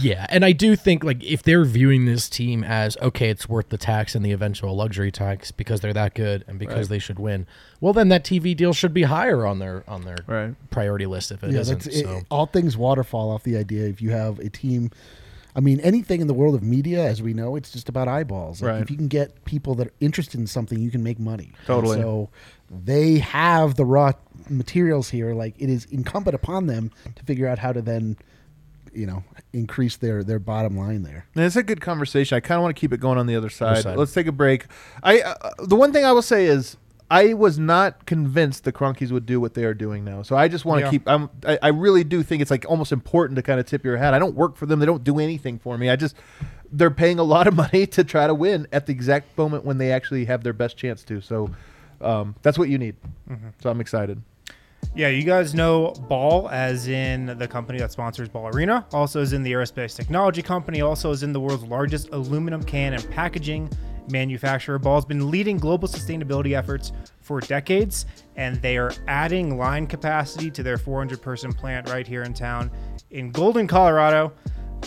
Speaker 2: Yeah, and I do think like if they're viewing this team as okay, it's worth the tax and the eventual luxury tax because they're that good and because they should win. Well, then that TV deal should be higher on their on their
Speaker 3: Right.
Speaker 2: priority list if it
Speaker 5: yeah,
Speaker 2: not
Speaker 5: that's it,
Speaker 2: so
Speaker 5: all things waterfall off the idea if you have a team I mean anything in the world of media as we know it's just about eyeballs like
Speaker 3: Right.
Speaker 5: if you can get people that are interested in something you can make money And
Speaker 3: Totally.
Speaker 5: so they have the raw materials here like it is incumbent upon them to figure out how to then you know increase their their bottom line there
Speaker 3: And it's a good conversation. I kind of want to keep it going on the other side.
Speaker 2: side.
Speaker 3: Let's take a break. I uh, the one thing I will say is I was not convinced the Cronkies would do what they are doing now. So I just want to
Speaker 4: Yeah.
Speaker 3: keep. I'm, I I really do think it's like almost important to kind of tip your hat. I don't work for them. They don't do anything for me. I just they're paying a lot of *laughs* money to try to win at the exact moment when they actually have their best chance to. So um, that's what you need.
Speaker 4: Mm-hmm.
Speaker 3: So I'm excited.
Speaker 4: Yeah, you guys know Ball as in the company that sponsors Ball Arena, also is in the aerospace technology company, also is in the world's largest aluminum can and packaging manufacturer. Ball's been leading global sustainability efforts for decades, and they are adding line capacity to their 400 person plant right here in town in Golden, Colorado.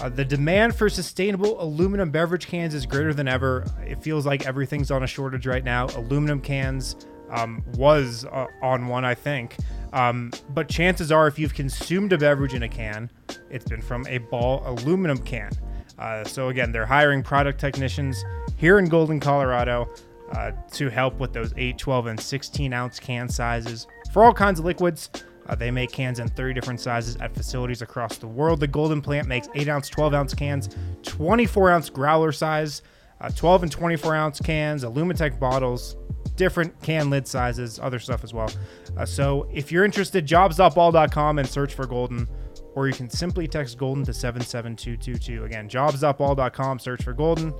Speaker 4: Uh, the demand for sustainable aluminum beverage cans is greater than ever. It feels like everything's on a shortage right now. Aluminum cans um, was uh, on one, I think. Um, but chances are, if you've consumed a beverage in a can, it's been from a ball aluminum can. Uh, so, again, they're hiring product technicians here in Golden, Colorado uh, to help with those 8, 12, and 16 ounce can sizes for all kinds of liquids. Uh, they make cans in 30 different sizes at facilities across the world. The Golden Plant makes 8 ounce, 12 ounce cans, 24 ounce growler size, uh, 12 and 24 ounce cans, Alumitech bottles, different can lid sizes, other stuff as well. Uh, so if you're interested, jobs.ball.com and search for Golden, or you can simply text Golden to 77222. Again, jobs.ball.com, search for Golden,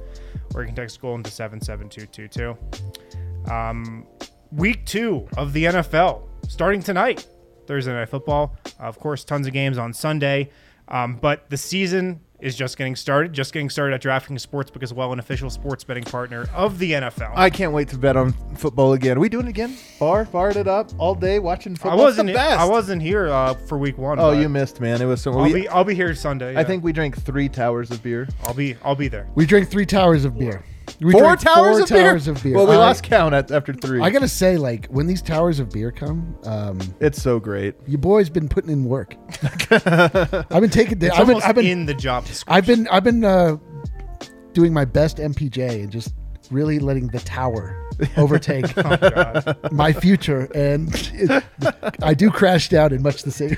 Speaker 4: or you can text Golden to 77222 week two of the NFL starting tonight, Thursday Night Football. Uh, Of course, tons of games on Sunday, um, but the season is just getting started. Just getting started at DraftKings Sportsbook as well, an official sports betting partner of the NFL.
Speaker 3: I can't wait to bet on football again. Are we doing it again? Bar, barred it up all day watching
Speaker 4: I
Speaker 3: football. It's
Speaker 4: wasn't. e,
Speaker 3: the best.
Speaker 4: I wasn't here uh, for week one.
Speaker 3: Oh,
Speaker 4: but
Speaker 3: you missed, man. It was so.
Speaker 4: I'll
Speaker 3: We,
Speaker 4: be. I'll be here Sunday.
Speaker 3: I
Speaker 4: yeah.
Speaker 3: think we drank three towers of beer.
Speaker 4: I'll be. I'll be there.
Speaker 5: we drank 3 towers of beer we
Speaker 3: Four
Speaker 5: drank
Speaker 3: towers,
Speaker 5: four
Speaker 3: of, beer?
Speaker 5: towers of beer
Speaker 3: Well, we
Speaker 5: I-
Speaker 3: lost count at, after three.
Speaker 5: I gotta say, like when these towers of beer come, um,
Speaker 3: it's so great.
Speaker 5: your boy's been putting
Speaker 3: *laughs*
Speaker 5: in work. I've been taking.
Speaker 4: It's
Speaker 5: I've been.
Speaker 4: almost
Speaker 5: I've been.
Speaker 4: in the job description.
Speaker 5: I've been. I've been uh, doing my best MPJ and just really letting
Speaker 3: *laughs*
Speaker 5: the tower overtake
Speaker 3: Oh,
Speaker 5: my future, and it, I do crash down in much the same.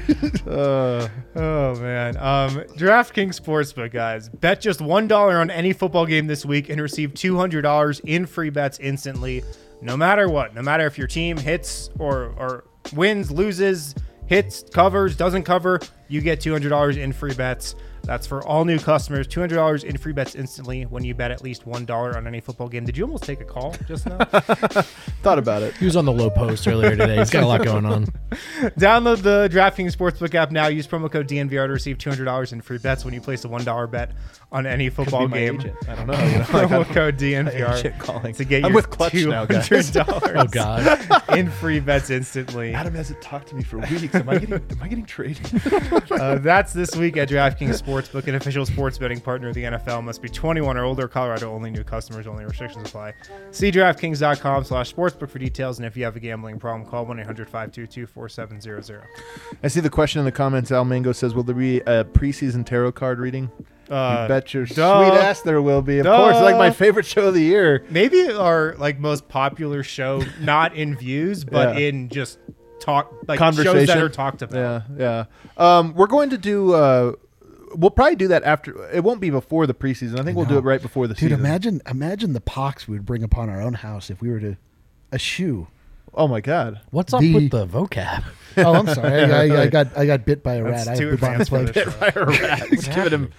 Speaker 4: Oh man. Um DraftKings Sportsbook, guys. Bet just one dollar on any football game this week and receive two hundred dollars in free bets instantly. No matter what, no matter if your team hits or or wins, loses, hits, covers, doesn't cover, you get two hundred dollars in free bets. That's for all new customers. Two hundred dollars in free bets instantly when you bet at least one dollar on any football game. Did you almost take a call just now?
Speaker 3: Thought about it.
Speaker 2: he was on the low post earlier today. He's got
Speaker 5: *laughs*
Speaker 2: a lot going on.
Speaker 4: Download the DraftKings Sportsbook app now. Use promo code DNVR to receive $200 in free bets when you place a $1 bet on any football
Speaker 3: Be my
Speaker 4: game.
Speaker 3: agent. I don't know. you know, *laughs* like, I
Speaker 4: *laughs* Promo
Speaker 3: don't-
Speaker 4: code
Speaker 3: Agent calling.
Speaker 4: DNVR to get
Speaker 3: I'm
Speaker 4: your
Speaker 3: with Clutch now, guys. *laughs*
Speaker 4: $200
Speaker 2: Oh God,
Speaker 4: *laughs* in free bets instantly.
Speaker 3: Adam hasn't talked to me for weeks. Am I getting? am I getting traded?
Speaker 4: Uh, that's this week at DraftKings Sportsbook, an official sports betting partner of the NFL. Must be 21 or older. Colorado only. New customers only. Restrictions apply. See DraftKings.com slash sportsbook for details. And if you have a gambling problem, call 1-800-522-4700.
Speaker 3: I see the question in the comments. Al Mango says, "Will there be a preseason tarot card reading?" you bet your
Speaker 4: duh.
Speaker 3: sweet ass there will be. Of
Speaker 4: Duh.
Speaker 3: course, like my favorite show of the year.
Speaker 4: Maybe our like most popular show, not in views, but
Speaker 3: Yeah.
Speaker 4: in just talk like
Speaker 3: conversation
Speaker 4: shows that are talked about.
Speaker 3: Yeah, yeah. Um, we're going to do. Uh, we'll probably do that after. It won't be before the preseason. I think we'll do it right before the
Speaker 5: Dude,
Speaker 3: season.
Speaker 5: imagine imagine the pox we would bring upon our own house if we were to eschew.
Speaker 3: Oh my god. *laughs*
Speaker 2: What's up
Speaker 5: The-
Speaker 2: with the vocab?
Speaker 5: Oh, I'm sorry. I, I, I got I got bit by a rat.
Speaker 4: That's
Speaker 5: I
Speaker 4: too
Speaker 5: have bubonic
Speaker 4: advanced for
Speaker 5: plague. *laughs*
Speaker 4: this show.
Speaker 3: It's giving him.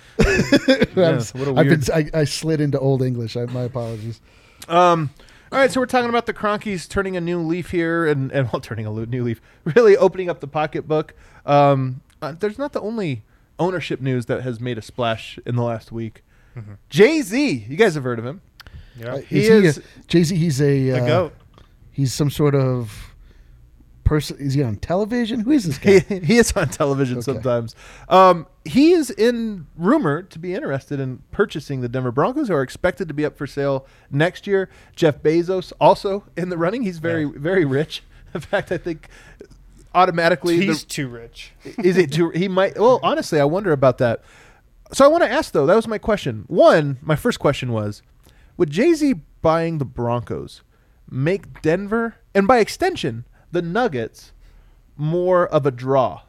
Speaker 3: Yes, what a
Speaker 5: I've
Speaker 3: weird.
Speaker 5: been, I, I slid into old English. I, my apologies.
Speaker 3: All right, so we're talking about the Cronkies turning a new leaf here, and and well, *laughs* turning a lo- new leaf, really opening up the pocketbook. Um, uh, there's not the only ownership news that has made a splash in the last week. Jay Z, you guys have heard of him.
Speaker 4: Yeah.
Speaker 3: He is-
Speaker 5: Jay Z. He's a
Speaker 4: The
Speaker 5: uh,
Speaker 4: goat.
Speaker 5: He's some sort of person. Is he on television? Who
Speaker 3: *laughs*
Speaker 5: is this guy?
Speaker 3: he, he is on television sometimes. Um, he is in rumored to be interested in purchasing the Denver Broncos, who are expected to be up for sale next year. Jeff Bezos also in the running. He's very very rich. *laughs* In fact, I think automatically
Speaker 4: He's
Speaker 3: the-
Speaker 4: too rich.
Speaker 3: is it too, he might well honestly i wonder about that so i want to ask though that was my question one my first question was would jay-z buying the broncos make denver and by extension the nuggets more of a draw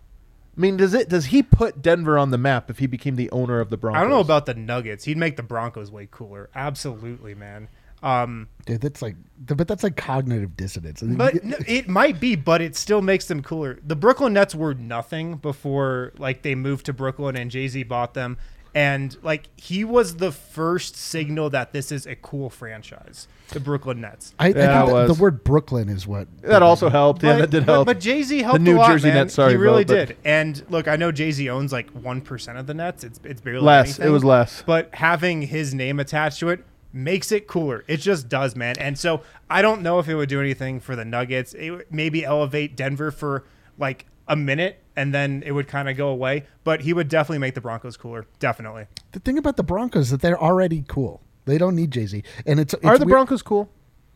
Speaker 3: i mean does it does he put denver on the map if he became the owner of the broncos
Speaker 4: I don't know about the Nuggets. He'd make the Broncos way cooler. Absolutely, man. Um,
Speaker 5: Dude, that's like, but that's like cognitive dissonance. I think
Speaker 4: but no, it might be, but it still makes them cooler. The Brooklyn Nets were nothing before like they moved to Brooklyn and Jay Z bought them, and like he was the first signal that this is a cool franchise. The Brooklyn Nets.
Speaker 5: I, I
Speaker 3: Yeah, it
Speaker 5: think that the
Speaker 3: was.
Speaker 5: word Brooklyn is what.
Speaker 3: that also helped yeah that did help
Speaker 4: But Jay Z helped
Speaker 3: the new
Speaker 4: a lot,
Speaker 3: jersey
Speaker 4: man.
Speaker 3: nets sorry
Speaker 4: he really
Speaker 3: Bo, but-
Speaker 4: did. And look, I know Jay Z owns like one percent of the Nets. It's it's barely
Speaker 3: Less. It
Speaker 4: anything.
Speaker 3: was less.
Speaker 4: But having his name attached to it makes it cooler. It just does, man. And so I don't know if it would do anything for the Nuggets. It would maybe elevate Denver for like a minute, and then it would kind of go away. But he would definitely make the Broncos cooler. Definitely.
Speaker 5: The thing about the Broncos is that they're already cool. They don't need Jay Z. And it's, it's
Speaker 3: are the
Speaker 5: weird-
Speaker 3: broncos cool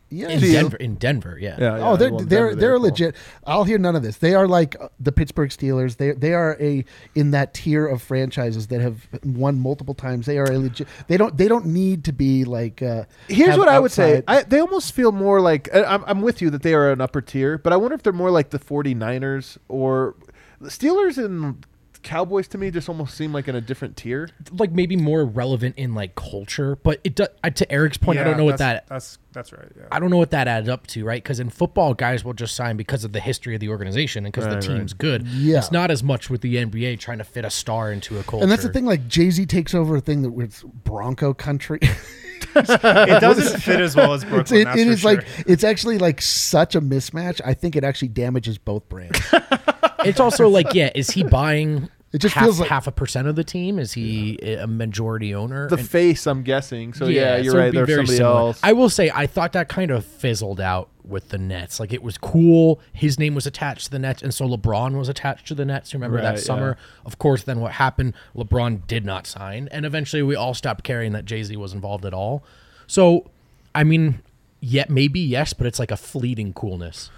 Speaker 5: Yeah,
Speaker 2: In Denver, in Denver, yeah.
Speaker 3: yeah,
Speaker 5: oh, they're
Speaker 3: well, in
Speaker 5: they're
Speaker 3: Denver,
Speaker 5: they're
Speaker 3: cool.
Speaker 5: legit. I'll hear none of this. They are like uh, the Pittsburgh Steelers. They they are a in that tier of franchises that have won multiple times. They are a legit. They don't they don't need to be like. Uh,
Speaker 3: Here's
Speaker 5: have
Speaker 3: what I would say.
Speaker 5: outside-
Speaker 3: I, they almost feel more like I, I'm, I'm with you that they are an upper tier, but I wonder if they're more like the 49ers or the Steelers and Cowboys to me just almost seem like in a different tier.
Speaker 2: Like maybe more relevant in like culture, but it does. I, to Eric's point, I
Speaker 4: Yeah,
Speaker 2: don't know what
Speaker 4: that's-
Speaker 2: that.
Speaker 4: That's that's right. Yeah.
Speaker 3: *laughs*
Speaker 2: I don't know what that adds up to, right? Because in football, guys will just sign because of the history of the organization and because the team's good.
Speaker 5: Yeah.
Speaker 2: It's not as much with the NBA trying to fit a star into a culture.
Speaker 5: and that's the thing. Like Jay Z takes over a thing that was Bronco country. *laughs*
Speaker 4: It doesn't fit as well as Brooklyn.
Speaker 5: it
Speaker 4: that's
Speaker 5: it
Speaker 4: for
Speaker 5: is
Speaker 4: sure.
Speaker 5: like it's actually like such a mismatch. I think it actually damages
Speaker 3: *laughs*
Speaker 5: both brands.
Speaker 2: It's also like, yeah, is he buying?
Speaker 5: *laughs* It just
Speaker 2: half,
Speaker 5: feels like-
Speaker 2: half a percent of the team. Is he a majority owner?
Speaker 3: The
Speaker 2: And-
Speaker 3: face, I'm guessing. So yeah, you're
Speaker 2: so it'd
Speaker 3: right.
Speaker 2: be
Speaker 3: There's
Speaker 2: very
Speaker 3: somebody
Speaker 2: similar.
Speaker 3: else.
Speaker 2: I will say, I thought that kind of fizzled out with the Nets. Like it was cool. His name was attached to the Nets, and so LeBron was attached to the Nets. You Remember
Speaker 3: Right,
Speaker 2: that summer? Of course. Then what happened? LeBron did not sign, and eventually we all stopped caring that Jay Z was involved at all. So, I mean, yet maybe yes, but it's like a fleeting coolness.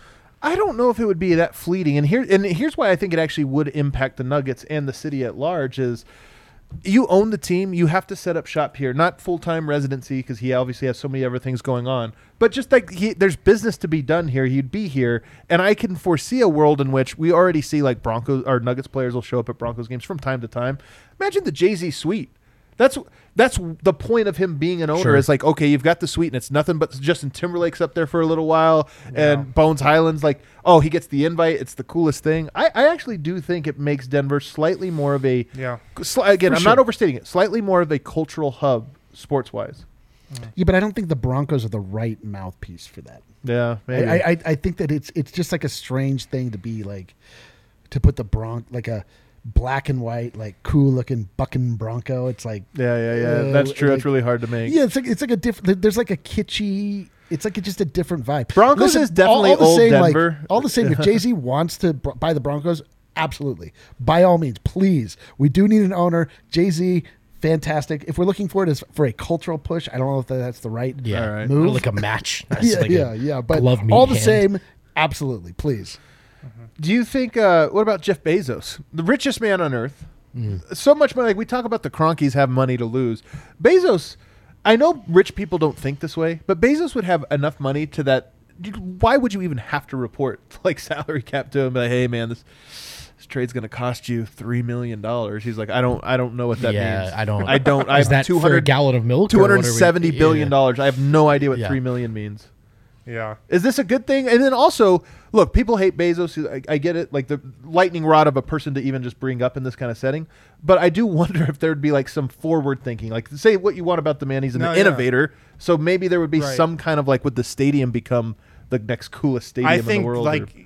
Speaker 3: I don't know if it would be that fleeting. And here and here's why I think it actually would impact the Nuggets and the city at large is you own the team, you have to set up shop here, not full-time residency because he obviously has so many other things going on. But just like he, there's business to be done here, he'd be here, and I can foresee a world in which we already see like Broncos or Nuggets players will show up at Broncos games from time to time. Imagine the Jay-Z suite. That's that's the point of him being an owner.
Speaker 2: Sure.
Speaker 3: Is like okay, you've got the suite, and it's nothing but Justin Timberlake's up there for a little while, and Bones Highland's like, oh, he gets the invite. It's the coolest thing. I, I actually do think it makes Denver slightly more of a
Speaker 4: Yeah.
Speaker 3: Sli- again,
Speaker 4: For
Speaker 3: I'm not
Speaker 4: sure.
Speaker 3: overstating it. Slightly more of a cultural hub, sports wise.
Speaker 5: yeah, but I don't think the Broncos are the right mouthpiece for that.
Speaker 3: Yeah, maybe.
Speaker 5: I, I I think that it's it's just like a strange thing to be like to put the bronc like a black and white like cool looking bucking bronco. It's like
Speaker 3: yeah, yeah, yeah.
Speaker 5: uh,
Speaker 3: That's true.
Speaker 5: like-
Speaker 3: That's really hard to make.
Speaker 5: Yeah, it's like it's like a different. There's like a kitschy. It's like a, just a different vibe.
Speaker 3: Broncos is definitely
Speaker 5: the
Speaker 3: old
Speaker 5: same, like-
Speaker 3: Denver.
Speaker 5: all
Speaker 3: *laughs*
Speaker 5: the same, if Jay Z wants to br- buy the Broncos, absolutely, by all means, please. We do need an owner. Jay Z, fantastic. If we're looking for it as for a cultural push, I don't know if that's the right
Speaker 2: Yeah,
Speaker 3: right.
Speaker 5: move.
Speaker 2: like a match.
Speaker 5: *laughs*
Speaker 2: That's
Speaker 5: yeah,
Speaker 2: like a
Speaker 5: yeah, yeah. But
Speaker 2: glove meat
Speaker 5: all the
Speaker 2: hand.
Speaker 5: same, absolutely, please.
Speaker 3: Do you think? Uh, what about Jeff Bezos, the richest man on earth?
Speaker 2: Mm.
Speaker 3: so much money. Like we talk about the Cronkies have money to lose. Bezos, I know rich people don't think this way, but Bezos would have enough money to that. you- Why would you even have to report *laughs* like salary cap to him? Like, hey man, this this trade's going to cost you three million dollars. He's like, I don't, I don't know what that
Speaker 2: Yeah,
Speaker 3: means.
Speaker 2: I don't-
Speaker 3: I don't.
Speaker 2: *laughs*
Speaker 3: I
Speaker 2: Is
Speaker 3: have
Speaker 2: that for a
Speaker 3: 200
Speaker 2: gallon of milk or
Speaker 3: Two
Speaker 2: what are we-
Speaker 3: hundred seventy billion dollars. I have no idea what
Speaker 2: Yeah.
Speaker 3: three million means.
Speaker 4: Yeah.
Speaker 3: Is this a good thing? And then also, look, people hate Bezos. I, I get it, like the lightning rod of a person to even just bring up in this kind of setting. But I do *laughs* wonder if there'd be like some forward thinking. Like, say what you want about the man, he's an
Speaker 4: No, yeah.
Speaker 3: innovator. So maybe there would be
Speaker 4: Right.
Speaker 3: some kind of like, would the stadium become the next coolest stadium
Speaker 4: I
Speaker 3: in
Speaker 4: think
Speaker 3: the world? or-
Speaker 4: like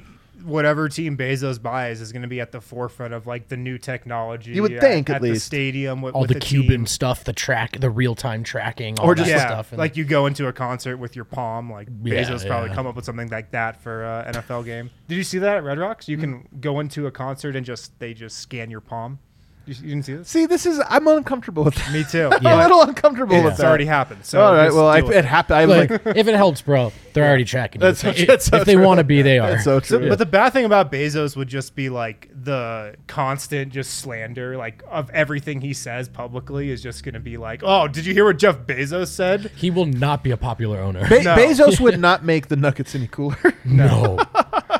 Speaker 4: whatever team Bezos buys is going to be at the forefront of like the new technology.
Speaker 3: You would
Speaker 4: at-
Speaker 3: think, at
Speaker 4: at the
Speaker 3: least.
Speaker 4: stadium with,
Speaker 2: all
Speaker 4: with
Speaker 2: the, Cuban
Speaker 4: team.
Speaker 2: stuff, the track, the real time tracking, all
Speaker 3: Or
Speaker 2: that
Speaker 3: just
Speaker 4: yeah,
Speaker 2: stuff. and-
Speaker 4: like you go into a concert with your palm. Like
Speaker 2: Yeah,
Speaker 4: Bezos probably
Speaker 2: yeah.
Speaker 4: come up with something like that for uh, NFL game. Did you see that at Red Rocks?
Speaker 3: Hmm.
Speaker 4: You can go into a concert and just they just scan your palm. You, you didn't
Speaker 2: *laughs*
Speaker 4: see this?
Speaker 3: see, this is I'm uncomfortable with that.
Speaker 4: Me too.
Speaker 3: *laughs* I'm a little uncomfortable with
Speaker 4: It's
Speaker 3: that.
Speaker 4: already happened. So
Speaker 3: All right,
Speaker 4: let's
Speaker 3: well, I,
Speaker 4: deal with
Speaker 3: it happened. I was
Speaker 2: Like,
Speaker 3: like,
Speaker 4: *laughs*
Speaker 2: if it helps, bro, they're already tracking you.
Speaker 3: That's-
Speaker 2: If-
Speaker 3: that's so
Speaker 2: if they
Speaker 3: true.
Speaker 2: want to be, they are.
Speaker 3: that's so true.
Speaker 4: But the bad thing about Bezos would just be like the constant just slander, like of everything he says publicly is just going to be like, "Oh, did you hear what Jeff Bezos said?"
Speaker 2: he will not be a popular owner. *laughs*
Speaker 3: Be-
Speaker 4: No.
Speaker 3: Bezos would
Speaker 4: *laughs*
Speaker 3: not make the Nuggets any cooler.
Speaker 2: no,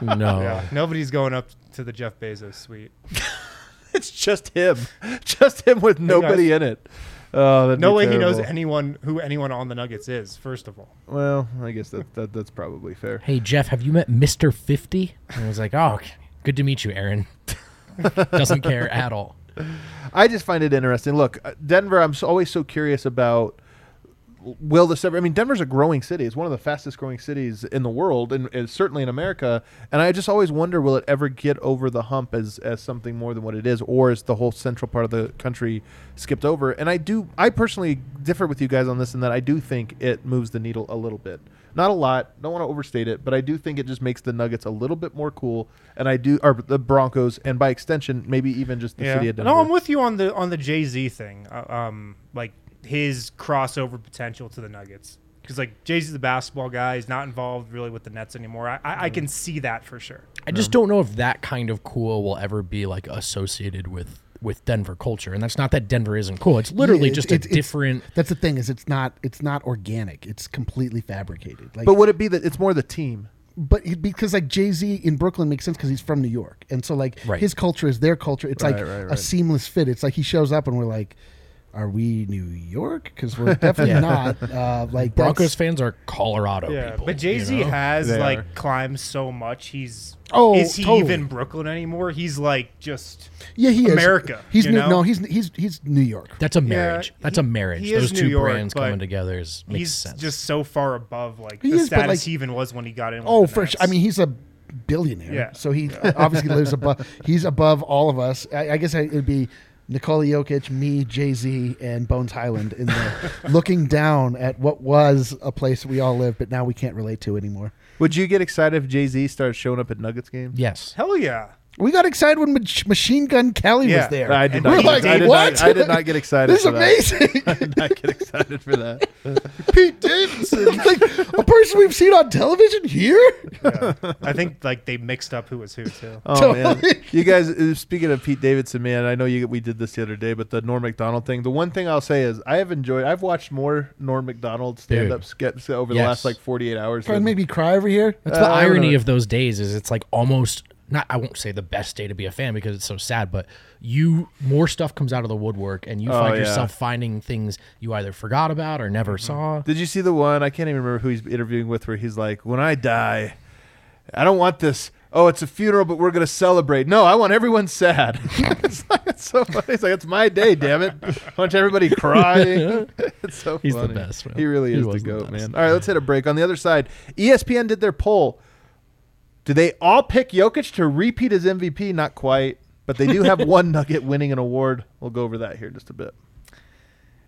Speaker 2: no.
Speaker 4: Yeah, nobody's going up to the Jeff Bezos suite.
Speaker 3: It's just him, *laughs* just him with nobody in it. Oh, that'd
Speaker 4: No
Speaker 3: be
Speaker 4: way he knows
Speaker 3: terrible.
Speaker 4: anyone who anyone on the Nuggets is. First of all,
Speaker 3: Well, I guess that, that that's probably fair.
Speaker 2: Hey Jeff, have you met Mister Fifty? And I was like, oh, okay. good to meet you, Aaron. Doesn't care at all.
Speaker 3: I just find it interesting. Look, uh, Denver. I'm so, always so curious about will this ever. I mean, Denver's a growing city. It's one of the fastest growing cities in the world, and, and certainly in America. And I just always wonder, will it ever get over the hump as as something more than what it is, or is the whole central part of the country skipped over? And I do. I personally differ with you guys on this, in that I do think it moves the needle a little bit. Not a lot. Don't want to overstate it, but I do think it just makes the Nuggets a little bit more cool, and I do, or the Broncos, and by extension, maybe even just the city of Denver.
Speaker 4: No, I'm with you on the on the Jay Z thing. Uh, um, like his crossover potential to the Nuggets, because like Jay Z's the basketball guy. He's not involved really with the Nets anymore. I, I, I can see that for sure.
Speaker 2: I just don't know if that kind of cool will ever be like associated with with Denver culture. And that's not that Denver isn't cool. It's literally
Speaker 5: Yeah,
Speaker 2: just
Speaker 5: it-
Speaker 2: a
Speaker 5: it- it's-
Speaker 2: different.
Speaker 5: That's the thing is it's not it's not organic. It's completely fabricated. Like,
Speaker 3: But would it be that it's more the team?
Speaker 5: but it, because like Jay Z in Brooklyn makes sense because he's from New York, and so like
Speaker 2: Right.
Speaker 5: his culture is their culture. It's like
Speaker 3: Right, right,
Speaker 5: a
Speaker 3: right.
Speaker 5: seamless fit. It's like he shows up and we're like, "Are we New York?" Because we're
Speaker 2: *laughs*
Speaker 5: definitely not. Uh, like
Speaker 2: Broncos
Speaker 5: that's-
Speaker 2: fans are Colorado
Speaker 4: Yeah,
Speaker 2: people.
Speaker 4: but Jay Z
Speaker 2: you know?
Speaker 4: has
Speaker 3: They
Speaker 4: like
Speaker 3: are.
Speaker 4: climbed so much. He's
Speaker 5: Oh,
Speaker 4: is he
Speaker 5: totally.
Speaker 4: even Brooklyn anymore? He's like just
Speaker 5: Yeah, he is
Speaker 4: America,
Speaker 5: He's
Speaker 4: you
Speaker 5: new,
Speaker 4: know?
Speaker 5: no, he's he's he's New York.
Speaker 2: That's a marriage. That's a
Speaker 4: he-
Speaker 2: marriage.
Speaker 4: he is
Speaker 2: Those
Speaker 4: New
Speaker 2: two
Speaker 4: York,
Speaker 2: brands
Speaker 4: but
Speaker 2: coming together is makes
Speaker 4: he's
Speaker 2: sense.
Speaker 4: just so far above like
Speaker 5: He
Speaker 4: the
Speaker 5: is, but,
Speaker 4: status
Speaker 5: like-
Speaker 4: he even was when he got in. with
Speaker 5: Oh,
Speaker 4: the
Speaker 5: for
Speaker 4: Nets.
Speaker 5: sure. I mean, he's a billionaire.
Speaker 4: Yeah.
Speaker 5: So he obviously lives above. He's above all of us. I, I guess I, it'd be Nikola Jokic, me, Jay Z, and Bones Highland
Speaker 3: *laughs*
Speaker 5: in the looking down at what was a place we all lived, but now we can't relate to anymore.
Speaker 3: Would you get excited if Jay Z started showing up at Nuggets games? *laughs*
Speaker 2: yes.
Speaker 4: hell
Speaker 5: *laughs*
Speaker 4: yeah.
Speaker 5: We got excited when Mach- Machine Gun Kelly
Speaker 4: Yeah.
Speaker 5: was there.
Speaker 3: I did
Speaker 4: We're
Speaker 3: not. get-
Speaker 4: like,
Speaker 3: I, did
Speaker 5: "What?"
Speaker 3: Not, I did not get excited.
Speaker 5: this is
Speaker 3: for that. *laughs*
Speaker 5: amazing.
Speaker 3: I did not get excited for that.
Speaker 5: Pete Davidson, like a person we've seen on
Speaker 3: *laughs*
Speaker 5: television here.
Speaker 4: Yeah. I think like they mixed up who was who too.
Speaker 3: Oh man, you guys. uh, Speaking of Pete Davidson, man, I know you. We did this the other day, but the Norm Macdonald thing. The one thing I'll say is I have enjoyed. I've watched more Norm Macdonald stand up skits over the
Speaker 2: Yes.
Speaker 3: last like forty eight hours.
Speaker 5: Trying to
Speaker 3: than-
Speaker 5: make me cry over here.
Speaker 2: That's the
Speaker 3: Uh, I don't
Speaker 2: irony
Speaker 3: know.
Speaker 2: of those days is it's like almost not I won't say the best day to be a fan because it's so sad, but you more stuff comes out of the woodwork and
Speaker 5: Oh,
Speaker 2: you find
Speaker 3: yeah.
Speaker 2: yourself finding things you either forgot about or
Speaker 5: Mm-hmm.
Speaker 2: never saw.
Speaker 3: Did you see the one? I can't even remember who he's interviewing with, where he's like, "When I die, I don't want this. Oh, it's a funeral, but we're gonna celebrate. No, I want everyone sad. *laughs* it's, like, it's so funny. It's like it's my day, damn it. I want everybody
Speaker 2: *laughs*
Speaker 3: crying. it's so
Speaker 2: He's the
Speaker 3: funny.
Speaker 2: best, man.
Speaker 3: He really
Speaker 2: He
Speaker 3: is the
Speaker 2: was the
Speaker 3: goat,
Speaker 2: best.
Speaker 3: man. All right, let's hit a break. On the other side, E ESPN did their poll. Do they all pick Jokic to repeat as MVP? Not quite, but they do
Speaker 2: *laughs*
Speaker 3: have one Nugget winning an award. We'll go over that here in just a bit.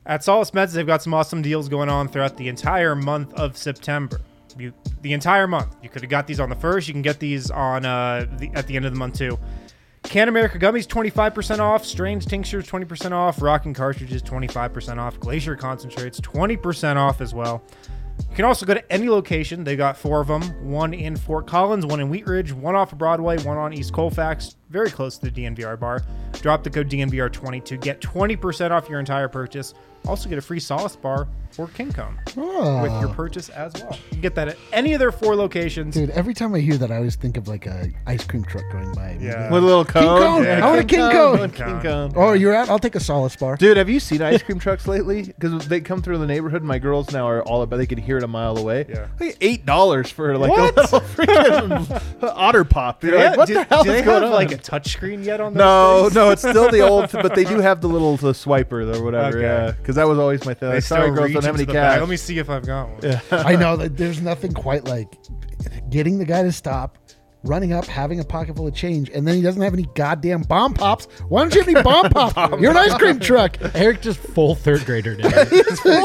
Speaker 4: At Solace Meds, they've got some awesome deals going on throughout the entire month of September. You, the entire month. You could have got these on the first. You can get these on uh, the, at the end of the month too. Can America gummies 25% off, Strange tinctures 20% off, Rockin' cartridges 25% off, Glacier concentrates 20% off as well. You can also go to any location. They got four of them one in Fort Collins, one in Wheat Ridge, one off of Broadway, one on East Colfax, very close to the DNVR bar. Drop the code DNVR20 to get 20% off your entire purchase. Also, get a free Solace bar or King Cone
Speaker 3: Ah.
Speaker 4: with your purchase as well. You can get that at any of their four locations.
Speaker 5: Dude, every time I hear that, I always think of like a ice cream truck going by.
Speaker 4: Yeah.
Speaker 3: With a little cone.
Speaker 5: cone. I want a king cone.
Speaker 3: King cone.
Speaker 5: Oh, you're out? I'll take a solace bar.
Speaker 3: Dude, have you seen ice cream trucks lately? Because they come through the neighborhood. My girls now are all about. They can hear it a mile away.
Speaker 4: Yeah.
Speaker 3: like eight dollars for like
Speaker 4: What?
Speaker 3: a *laughs* little
Speaker 4: *laughs*
Speaker 3: freaking otter pop. You're
Speaker 4: Yeah,
Speaker 3: like, what
Speaker 4: do,
Speaker 3: the hell
Speaker 4: do
Speaker 3: is
Speaker 4: they
Speaker 3: going
Speaker 4: have
Speaker 3: on?
Speaker 4: like a touchscreen yet on those
Speaker 3: no,
Speaker 4: things?
Speaker 3: no, it's still the old, but
Speaker 4: *laughs*
Speaker 3: they do have the little the swiper or whatever.
Speaker 4: Okay.
Speaker 3: Yeah, because that was always my thing.
Speaker 4: They
Speaker 3: Like, Sorry,
Speaker 4: still
Speaker 3: girls,
Speaker 4: reach
Speaker 3: don't have
Speaker 4: into
Speaker 3: any
Speaker 4: the bag.
Speaker 3: cash.
Speaker 4: Let me see if I've got one. Yeah.
Speaker 5: I know that there's nothing quite like getting the guy to stop, running up, having a pocket full of change, and then he doesn't have any goddamn bomb pops. Why don't you have
Speaker 3: *laughs*
Speaker 5: any bomb pops? You're an ice cream truck.
Speaker 2: Eric just full third grader did.
Speaker 5: *laughs*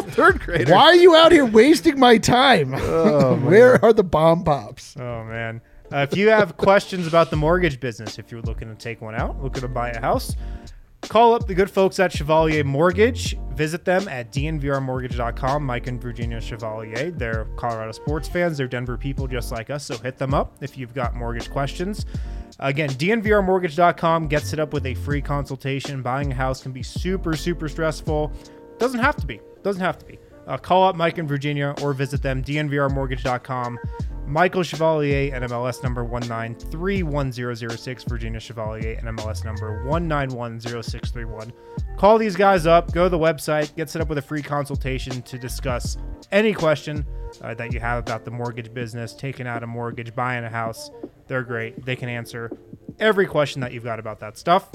Speaker 3: third grader.
Speaker 5: Why are you out here wasting my time?
Speaker 3: Oh,
Speaker 5: *laughs* Where are the bomb pops?
Speaker 4: Oh man. Uh, if you have questions about the mortgage business, if you're looking to take one out, looking to buy a house, call up the good folks at Chevalier Mortgage. Visit them at dnvrmortgage.com. Mike and Virginia Chevalier, they're Colorado sports fans. They're Denver people just like us, so hit them up if you've got mortgage questions. Again, dnvrmortgage.com gets it up with a free consultation. Buying a house can be super, super stressful. Doesn't have to be. Doesn't have to be. Uh, call up Mike and Virginia or visit them, dnvrmortgage.com. Michael Chevalier, NMLS number 1931006. Virginia Chevalier, NMLS number 1910631. Call these guys up, go to the website, get set up with a free consultation to discuss any question uh, that you have about the mortgage business, taking out a mortgage, buying a house. They're great. They can answer every question that you've got about that stuff.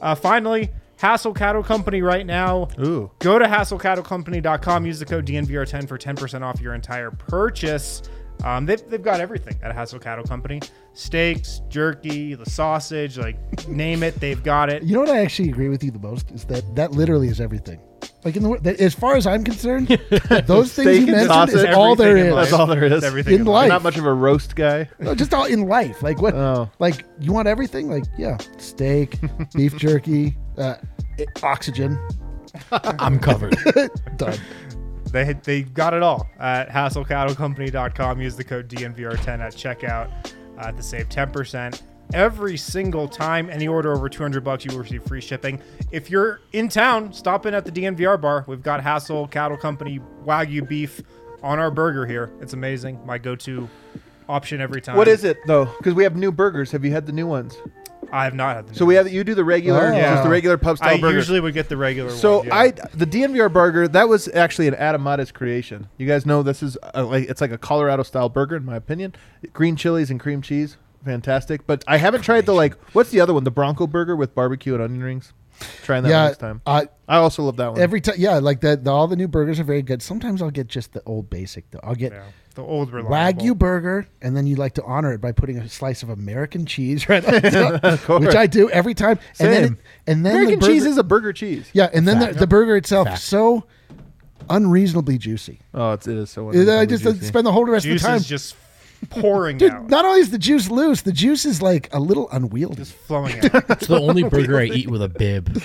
Speaker 4: Uh, finally, Hassel Cattle Company right now.
Speaker 3: Ooh.
Speaker 4: Go to hasslecattlecompany.com. Use the code DNVR10 for 10% off your entire purchase. Um, they've, they've got everything at Hassel Cattle Company steaks, jerky, the sausage, like name it, they've got it.
Speaker 5: You know what I actually agree with you the most is that that literally is everything. Like in the wor- that, as far as
Speaker 4: *laughs*
Speaker 5: I'm concerned, those things
Speaker 3: Steak
Speaker 5: you
Speaker 3: and
Speaker 5: mentioned
Speaker 3: sausage,
Speaker 5: is all there
Speaker 4: everything in
Speaker 5: is.
Speaker 3: That's all there is.
Speaker 4: It's everything
Speaker 5: In
Speaker 4: in
Speaker 5: life.
Speaker 3: Not much of a roast guy.
Speaker 5: No, just all in life. Like what?
Speaker 3: Oh.
Speaker 5: Like you want everything? Like yeah,
Speaker 3: *laughs*
Speaker 5: steak, beef jerky, uh, i- oxygen.
Speaker 2: I'm covered.
Speaker 5: Done.
Speaker 4: They they got it all at hasslecattlecompany.com. Use the code DNVR10 at checkout uh, to save 10%. Every single time any order over 200 bucks, you will receive free shipping. If you're in town, stop in at the DNVR bar. We've got Hassel Cattle Company Wagyu beef on our burger here. It's amazing. My go-to option every
Speaker 3: *laughs*
Speaker 4: time.
Speaker 3: What is it though? Because we have new burgers. Have you had the new ones?
Speaker 4: I have not had the.
Speaker 3: So we have you do the regular,
Speaker 5: Oh.
Speaker 3: just the regular pub style
Speaker 4: I
Speaker 3: burger.
Speaker 4: usually would get the regular
Speaker 3: So
Speaker 4: one. yeah.
Speaker 3: I the DNVR burger that was actually an Adam Mattis creation. You guys know this is uh like it's like a Colorado style burger in my opinion. Green chilies and cream cheese, fantastic. But I haven't tried the like what's the other one? The Bronco burger with barbecue and onion rings. Trying that one
Speaker 5: yeah.
Speaker 3: next time.
Speaker 5: Uh,
Speaker 3: I also love that one. *laughs*
Speaker 5: every time. Yeah. Like that. The, all the new burgers are very good. Sometimes I'll get just the old basic though. I'll get.
Speaker 4: Yeah, the old reliable.
Speaker 5: Wagyu burger, and then you like to honor it by putting a slice of American cheese *laughs* right
Speaker 3: *laughs*
Speaker 5: on top, which I do every time. And then,
Speaker 3: Same.
Speaker 5: it- and then
Speaker 3: American
Speaker 5: the burger,
Speaker 3: cheese is a burger cheese.
Speaker 5: yeah, and then the, the burger itself so unreasonabably juicy. Uh,
Speaker 3: Oh, it's, it is so.
Speaker 5: I
Speaker 3: unbelievably
Speaker 5: just
Speaker 3: juicy.
Speaker 5: spend the whole rest
Speaker 4: juice
Speaker 5: of the time
Speaker 4: is just pouring
Speaker 5: Dude,
Speaker 4: out,
Speaker 5: not only is the juice loose, the juice is like a little unwieldy.
Speaker 4: just
Speaker 5: *laughs*
Speaker 4: flowing out.
Speaker 2: It's the only burger I eat with a bib, but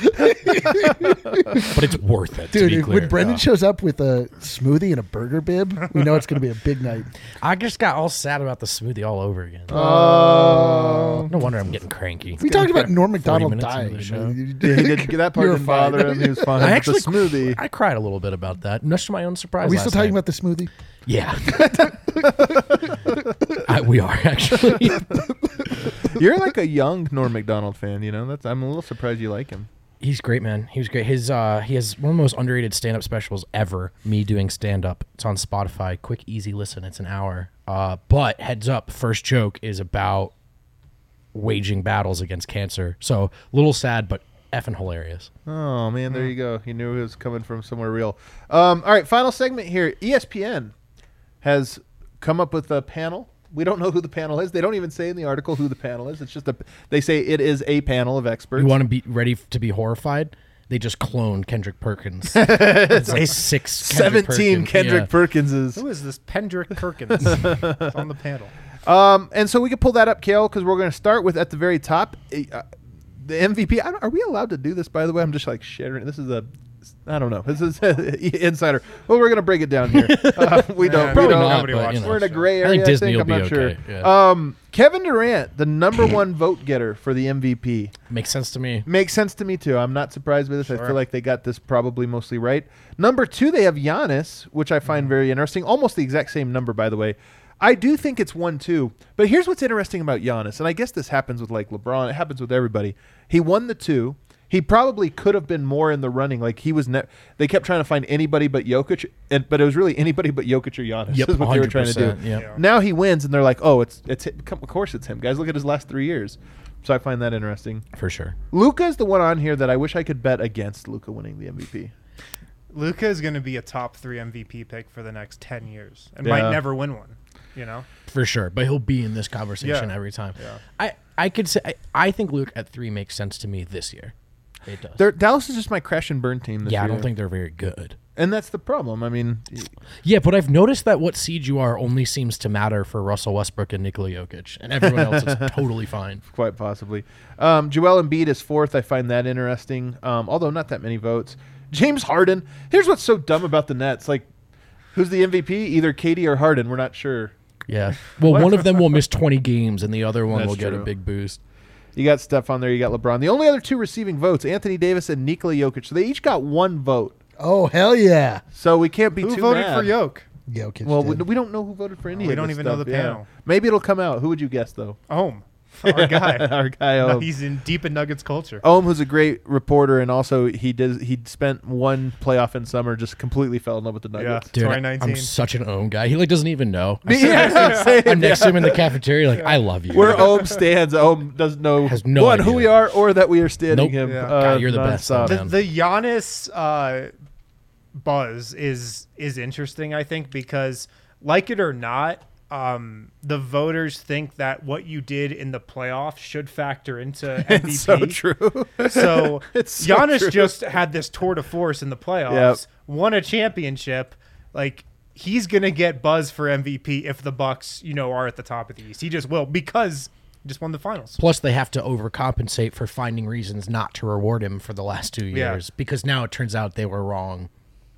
Speaker 2: it's worth it. to
Speaker 5: Dude,
Speaker 2: be
Speaker 5: if-
Speaker 2: clear.
Speaker 5: when Brendan
Speaker 2: Yeah.
Speaker 5: shows up with a smoothie and a burger bib, we know it's going to be a big night.
Speaker 2: I just got all sad about the smoothie all over again. no wonder I'm getting cranky.
Speaker 5: Oh. We talked about Norm McDonald
Speaker 2: minutes into
Speaker 5: dying.
Speaker 2: the show.
Speaker 3: Yeah, he *laughs*
Speaker 5: *laughs*
Speaker 3: did, that part
Speaker 5: You're
Speaker 3: didn't
Speaker 5: fine.
Speaker 3: bother him. He was fine.
Speaker 2: I
Speaker 3: But
Speaker 2: actually
Speaker 3: the smoothie.
Speaker 2: *laughs* I cried a little bit about that, much to my own surprise.
Speaker 5: Are we still
Speaker 2: last
Speaker 5: talking
Speaker 2: night.
Speaker 5: about the smoothie?
Speaker 2: Yeah, *laughs* I, we are actually. *laughs*
Speaker 3: You're like a young Norm Macdonald fan. You know that's. I'm a little surprised you like him.
Speaker 2: He's great, man. He was great. His uh, he has one of the most underrated stand up specials ever. Me doing stand up. It's on Spotify. Quick, easy listen. It's an hour. Uh, but heads up, first joke is about waging battles against cancer. So a little sad, but effing hilarious.
Speaker 3: Oh man,
Speaker 2: Hmm.
Speaker 3: there you go. You knew it was coming from somewhere real. Um, all right, final segment here. E ESPN has come up with a panel. We don't know who the panel is. They don't even say in the article who the panel is. It's just a. They say it is a panel of experts.
Speaker 2: You want to be ready f- to be horrified? They just cloned Kendrick
Speaker 3: *laughs*
Speaker 2: Perkins. it's like six, Kendrick
Speaker 3: Seventeen
Speaker 2: Perkins.
Speaker 3: Kendrick
Speaker 2: Yeah.
Speaker 3: Perkins is.
Speaker 4: Who is this Pendrick *laughs* Perkins It's on the panel?
Speaker 3: Um, and so we could pull that up, Kale, because we're going to start with at the eh, very top, uh, the MVP. I don't, are we allowed to do this? By the way, I'm just like sharing. This is a I don't know. This is *laughs* insider. Well, we're gonna break
Speaker 2: *laughs*
Speaker 3: it down here. Uh, we don't. we
Speaker 4: Probably
Speaker 3: don't-
Speaker 4: not, Nobody
Speaker 2: but,
Speaker 4: watched
Speaker 2: you
Speaker 4: it.
Speaker 2: know.
Speaker 3: We're in a gray
Speaker 2: I
Speaker 3: area.
Speaker 2: think Disney
Speaker 3: I
Speaker 2: will
Speaker 3: am
Speaker 2: be
Speaker 3: not
Speaker 2: okay,
Speaker 3: sure.
Speaker 2: yeah.
Speaker 3: Um, Kevin Durant, the number one vote getter for the MVP,
Speaker 2: Makes sense to me.
Speaker 3: makes sense to me too. I'm not surprised by this. I feel like they got this probably mostly right. Number two, they have Giannis, which I
Speaker 2: Mm-hmm.
Speaker 3: find very interesting. Almost the exact same number, by the way. I do think it's one two, but here's what's interesting about Giannis, and I guess this happens with like LeBron. It happens with everybody. He won the two. He probably could have been more in the running. Like he was. Ne- they kept trying to find anybody but Jokic, and, but it was really anybody but Jokic or Giannis
Speaker 2: Yep,
Speaker 3: is what they were trying to do.
Speaker 2: 100%, yep. Yeah.
Speaker 3: Now he wins, and they're like, "Oh, it's it's him. Come- of course it's him, guys. Look at his last three years." So I find that interesting.
Speaker 2: For sure.
Speaker 3: Luca's the one on here that I wish I could bet against Luca winning the MVP.
Speaker 4: Luca is going to be a top three MVP pick for the next ten years, and
Speaker 3: Yeah.
Speaker 4: might never win one. You know,
Speaker 2: for sure. But he'll be in this conversation
Speaker 4: Yeah.
Speaker 2: every time. I I could say I, I think Luke at three makes sense to me this year. It does.
Speaker 3: They're, Dallas is just my crash and burn team. This
Speaker 2: yeah, I don't
Speaker 3: year.
Speaker 2: think they're very good.
Speaker 3: and that's the problem. I mean,
Speaker 2: Yeah, but I've noticed that what seed you are only seems to matter for Russell Westbrook and Nikola Jokic, and everyone else
Speaker 3: *laughs*
Speaker 2: is totally fine.
Speaker 3: quite possibly. Um, Joel Embiid is fourth. I find that interesting, um, although not that many votes. James Harden. Here's what's so dumb about the Nets. Like, who's the MVP? Either Katie or Harden. We're not sure.
Speaker 2: Yeah. Well, one
Speaker 3: *laughs*
Speaker 2: of them will miss twenty games, and the other one
Speaker 3: That's
Speaker 2: will get a
Speaker 3: true.
Speaker 2: big boost.
Speaker 3: You got Steph on there. You got LeBron. The only other two receiving votes, Anthony Davis and Nikola Jokic. So they each got one vote.
Speaker 5: Oh hell yeah,
Speaker 3: So we can't be
Speaker 4: who
Speaker 3: too
Speaker 4: voted
Speaker 3: mad.
Speaker 4: for Yoke?
Speaker 5: Jokic.
Speaker 3: Well, we,
Speaker 5: did.
Speaker 3: we don't know who voted for any.
Speaker 4: We
Speaker 3: of
Speaker 4: don't
Speaker 3: this
Speaker 4: even know
Speaker 3: stuff,
Speaker 4: the
Speaker 3: yeah.
Speaker 4: panel.
Speaker 3: Maybe it'll come out. Who would you guess though? *laughs*
Speaker 4: Ohm, our guy.
Speaker 3: Our guy oh. Ohm.
Speaker 4: He's in deep in Nuggets culture.
Speaker 3: Ohm, who's a great reporter, and also he does he spent one playoff in summer, just completely fell in love with the
Speaker 4: yeah,
Speaker 3: Nuggets.
Speaker 2: Dude, I-
Speaker 4: 2019.
Speaker 2: I'm such an own guy. He like doesn't even know.
Speaker 4: *laughs*
Speaker 2: I
Speaker 3: *laughs* Yeah, that's what I'm saying.
Speaker 2: am next to him in the cafeteria. Like I love you.
Speaker 3: Where Ohm stands, Ohm doesn't
Speaker 2: *laughs*
Speaker 3: know
Speaker 2: Has no
Speaker 3: one who
Speaker 2: idea.
Speaker 3: we are or that we are
Speaker 2: Nope.
Speaker 3: standing him.
Speaker 4: Yeah.
Speaker 3: Uh,
Speaker 2: God, you're the best,
Speaker 3: nonstop.
Speaker 2: though,
Speaker 4: the,
Speaker 2: man.
Speaker 4: the Giannis uh, buzz is is interesting, I think, because like it or not, um, the voters think that what you did in the playoffs should factor into
Speaker 3: *laughs*
Speaker 4: MVP.
Speaker 3: It's *laughs* so *laughs* true.
Speaker 4: So
Speaker 3: It's so
Speaker 4: Giannis
Speaker 3: true.
Speaker 4: just had this tour de force in the playoffs, won a championship, like. He's gonna get buzz for MVP if the Bucks, you know, are at the top of the East. He just will because he just won the finals.
Speaker 2: Plus, they have to overcompensate for finding reasons not to reward him for the last two
Speaker 4: Yeah.
Speaker 2: years because now it turns out they were wrong,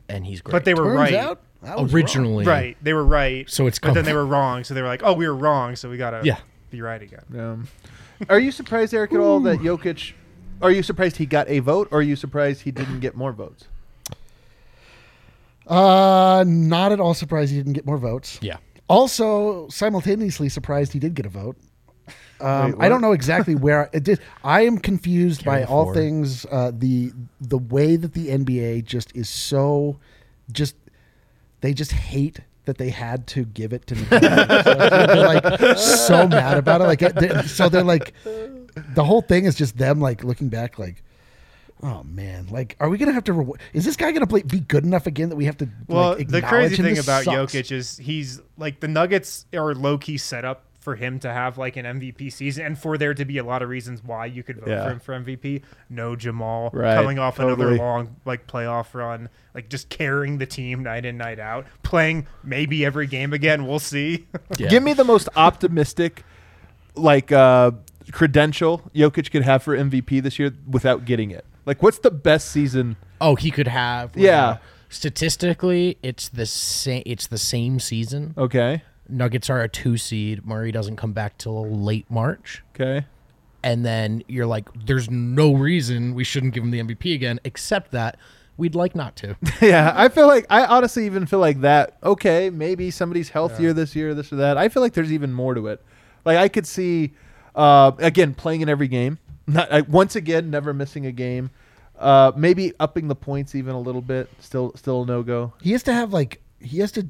Speaker 2: and he's great.
Speaker 4: But they were
Speaker 5: Turns
Speaker 4: right.
Speaker 5: out I was wrong.
Speaker 2: originally
Speaker 4: Right. They were right.
Speaker 2: So it's
Speaker 4: but then
Speaker 2: comf-
Speaker 4: they were wrong. So they were like, oh, we were wrong. So we gotta
Speaker 2: Yeah.
Speaker 4: be right again.
Speaker 3: Um, are you surprised, Eric, at all that Jokic? Are you surprised he got a vote, or are you surprised he didn't get more votes?
Speaker 5: Uh, not at all surprised he didn't get more votes.
Speaker 2: Yeah.
Speaker 5: Also, simultaneously surprised he did get a vote. Um,
Speaker 3: Wait,
Speaker 5: I don't
Speaker 3: what?
Speaker 5: know exactly where it did. I am confused by
Speaker 2: Carry
Speaker 5: all
Speaker 2: forward.
Speaker 5: things. Uh, the the way that the NBA just is so, just they just hate that they had to give it to me. *laughs* they're like so mad about it. Like they so they're like, the whole thing is just them like looking back like. Oh man! Like, are we gonna have to? Re- is this guy gonna play, be good enough again that we have to?
Speaker 4: Well,
Speaker 5: like,
Speaker 4: the
Speaker 5: acknowledge
Speaker 4: crazy
Speaker 5: him?
Speaker 4: thing
Speaker 5: This
Speaker 4: about
Speaker 5: sucks.
Speaker 4: Jokic is he's like the Nuggets are low key set up for him to have like an MVP season and for there to be a lot of reasons why you could vote
Speaker 3: Yeah.
Speaker 4: for him for MVP. No Jamal
Speaker 3: Right,
Speaker 4: coming off
Speaker 3: totally.
Speaker 4: another long like playoff run, like just carrying the team night in, night out, playing maybe every game again. We'll see. *laughs*
Speaker 2: Yeah.
Speaker 3: Give me the most optimistic, like uh, credential Jokic could have for MVP this year without getting it. Like, what's the best season?
Speaker 2: Oh, he could have.
Speaker 3: Yeah.
Speaker 2: Statistically, it's the same. It's the same season.
Speaker 4: Oh.
Speaker 3: Okay,
Speaker 2: Nuggets are a two seed. Murray doesn't come back till late March,
Speaker 3: okay, *laughs*
Speaker 2: and then you're like, "There's no reason we shouldn't give him the MVP again, except that we'd like not to."
Speaker 3: yeah. I feel like I honestly even feel like that. Okay, maybe somebody's healthier this year, this or that. I feel like there's even more to it. Like I could see, uh, again, playing in every game. Not I, once again, never missing a game. Uh, maybe upping the points even a little bit. Still, still no go.
Speaker 5: He has to have like he has to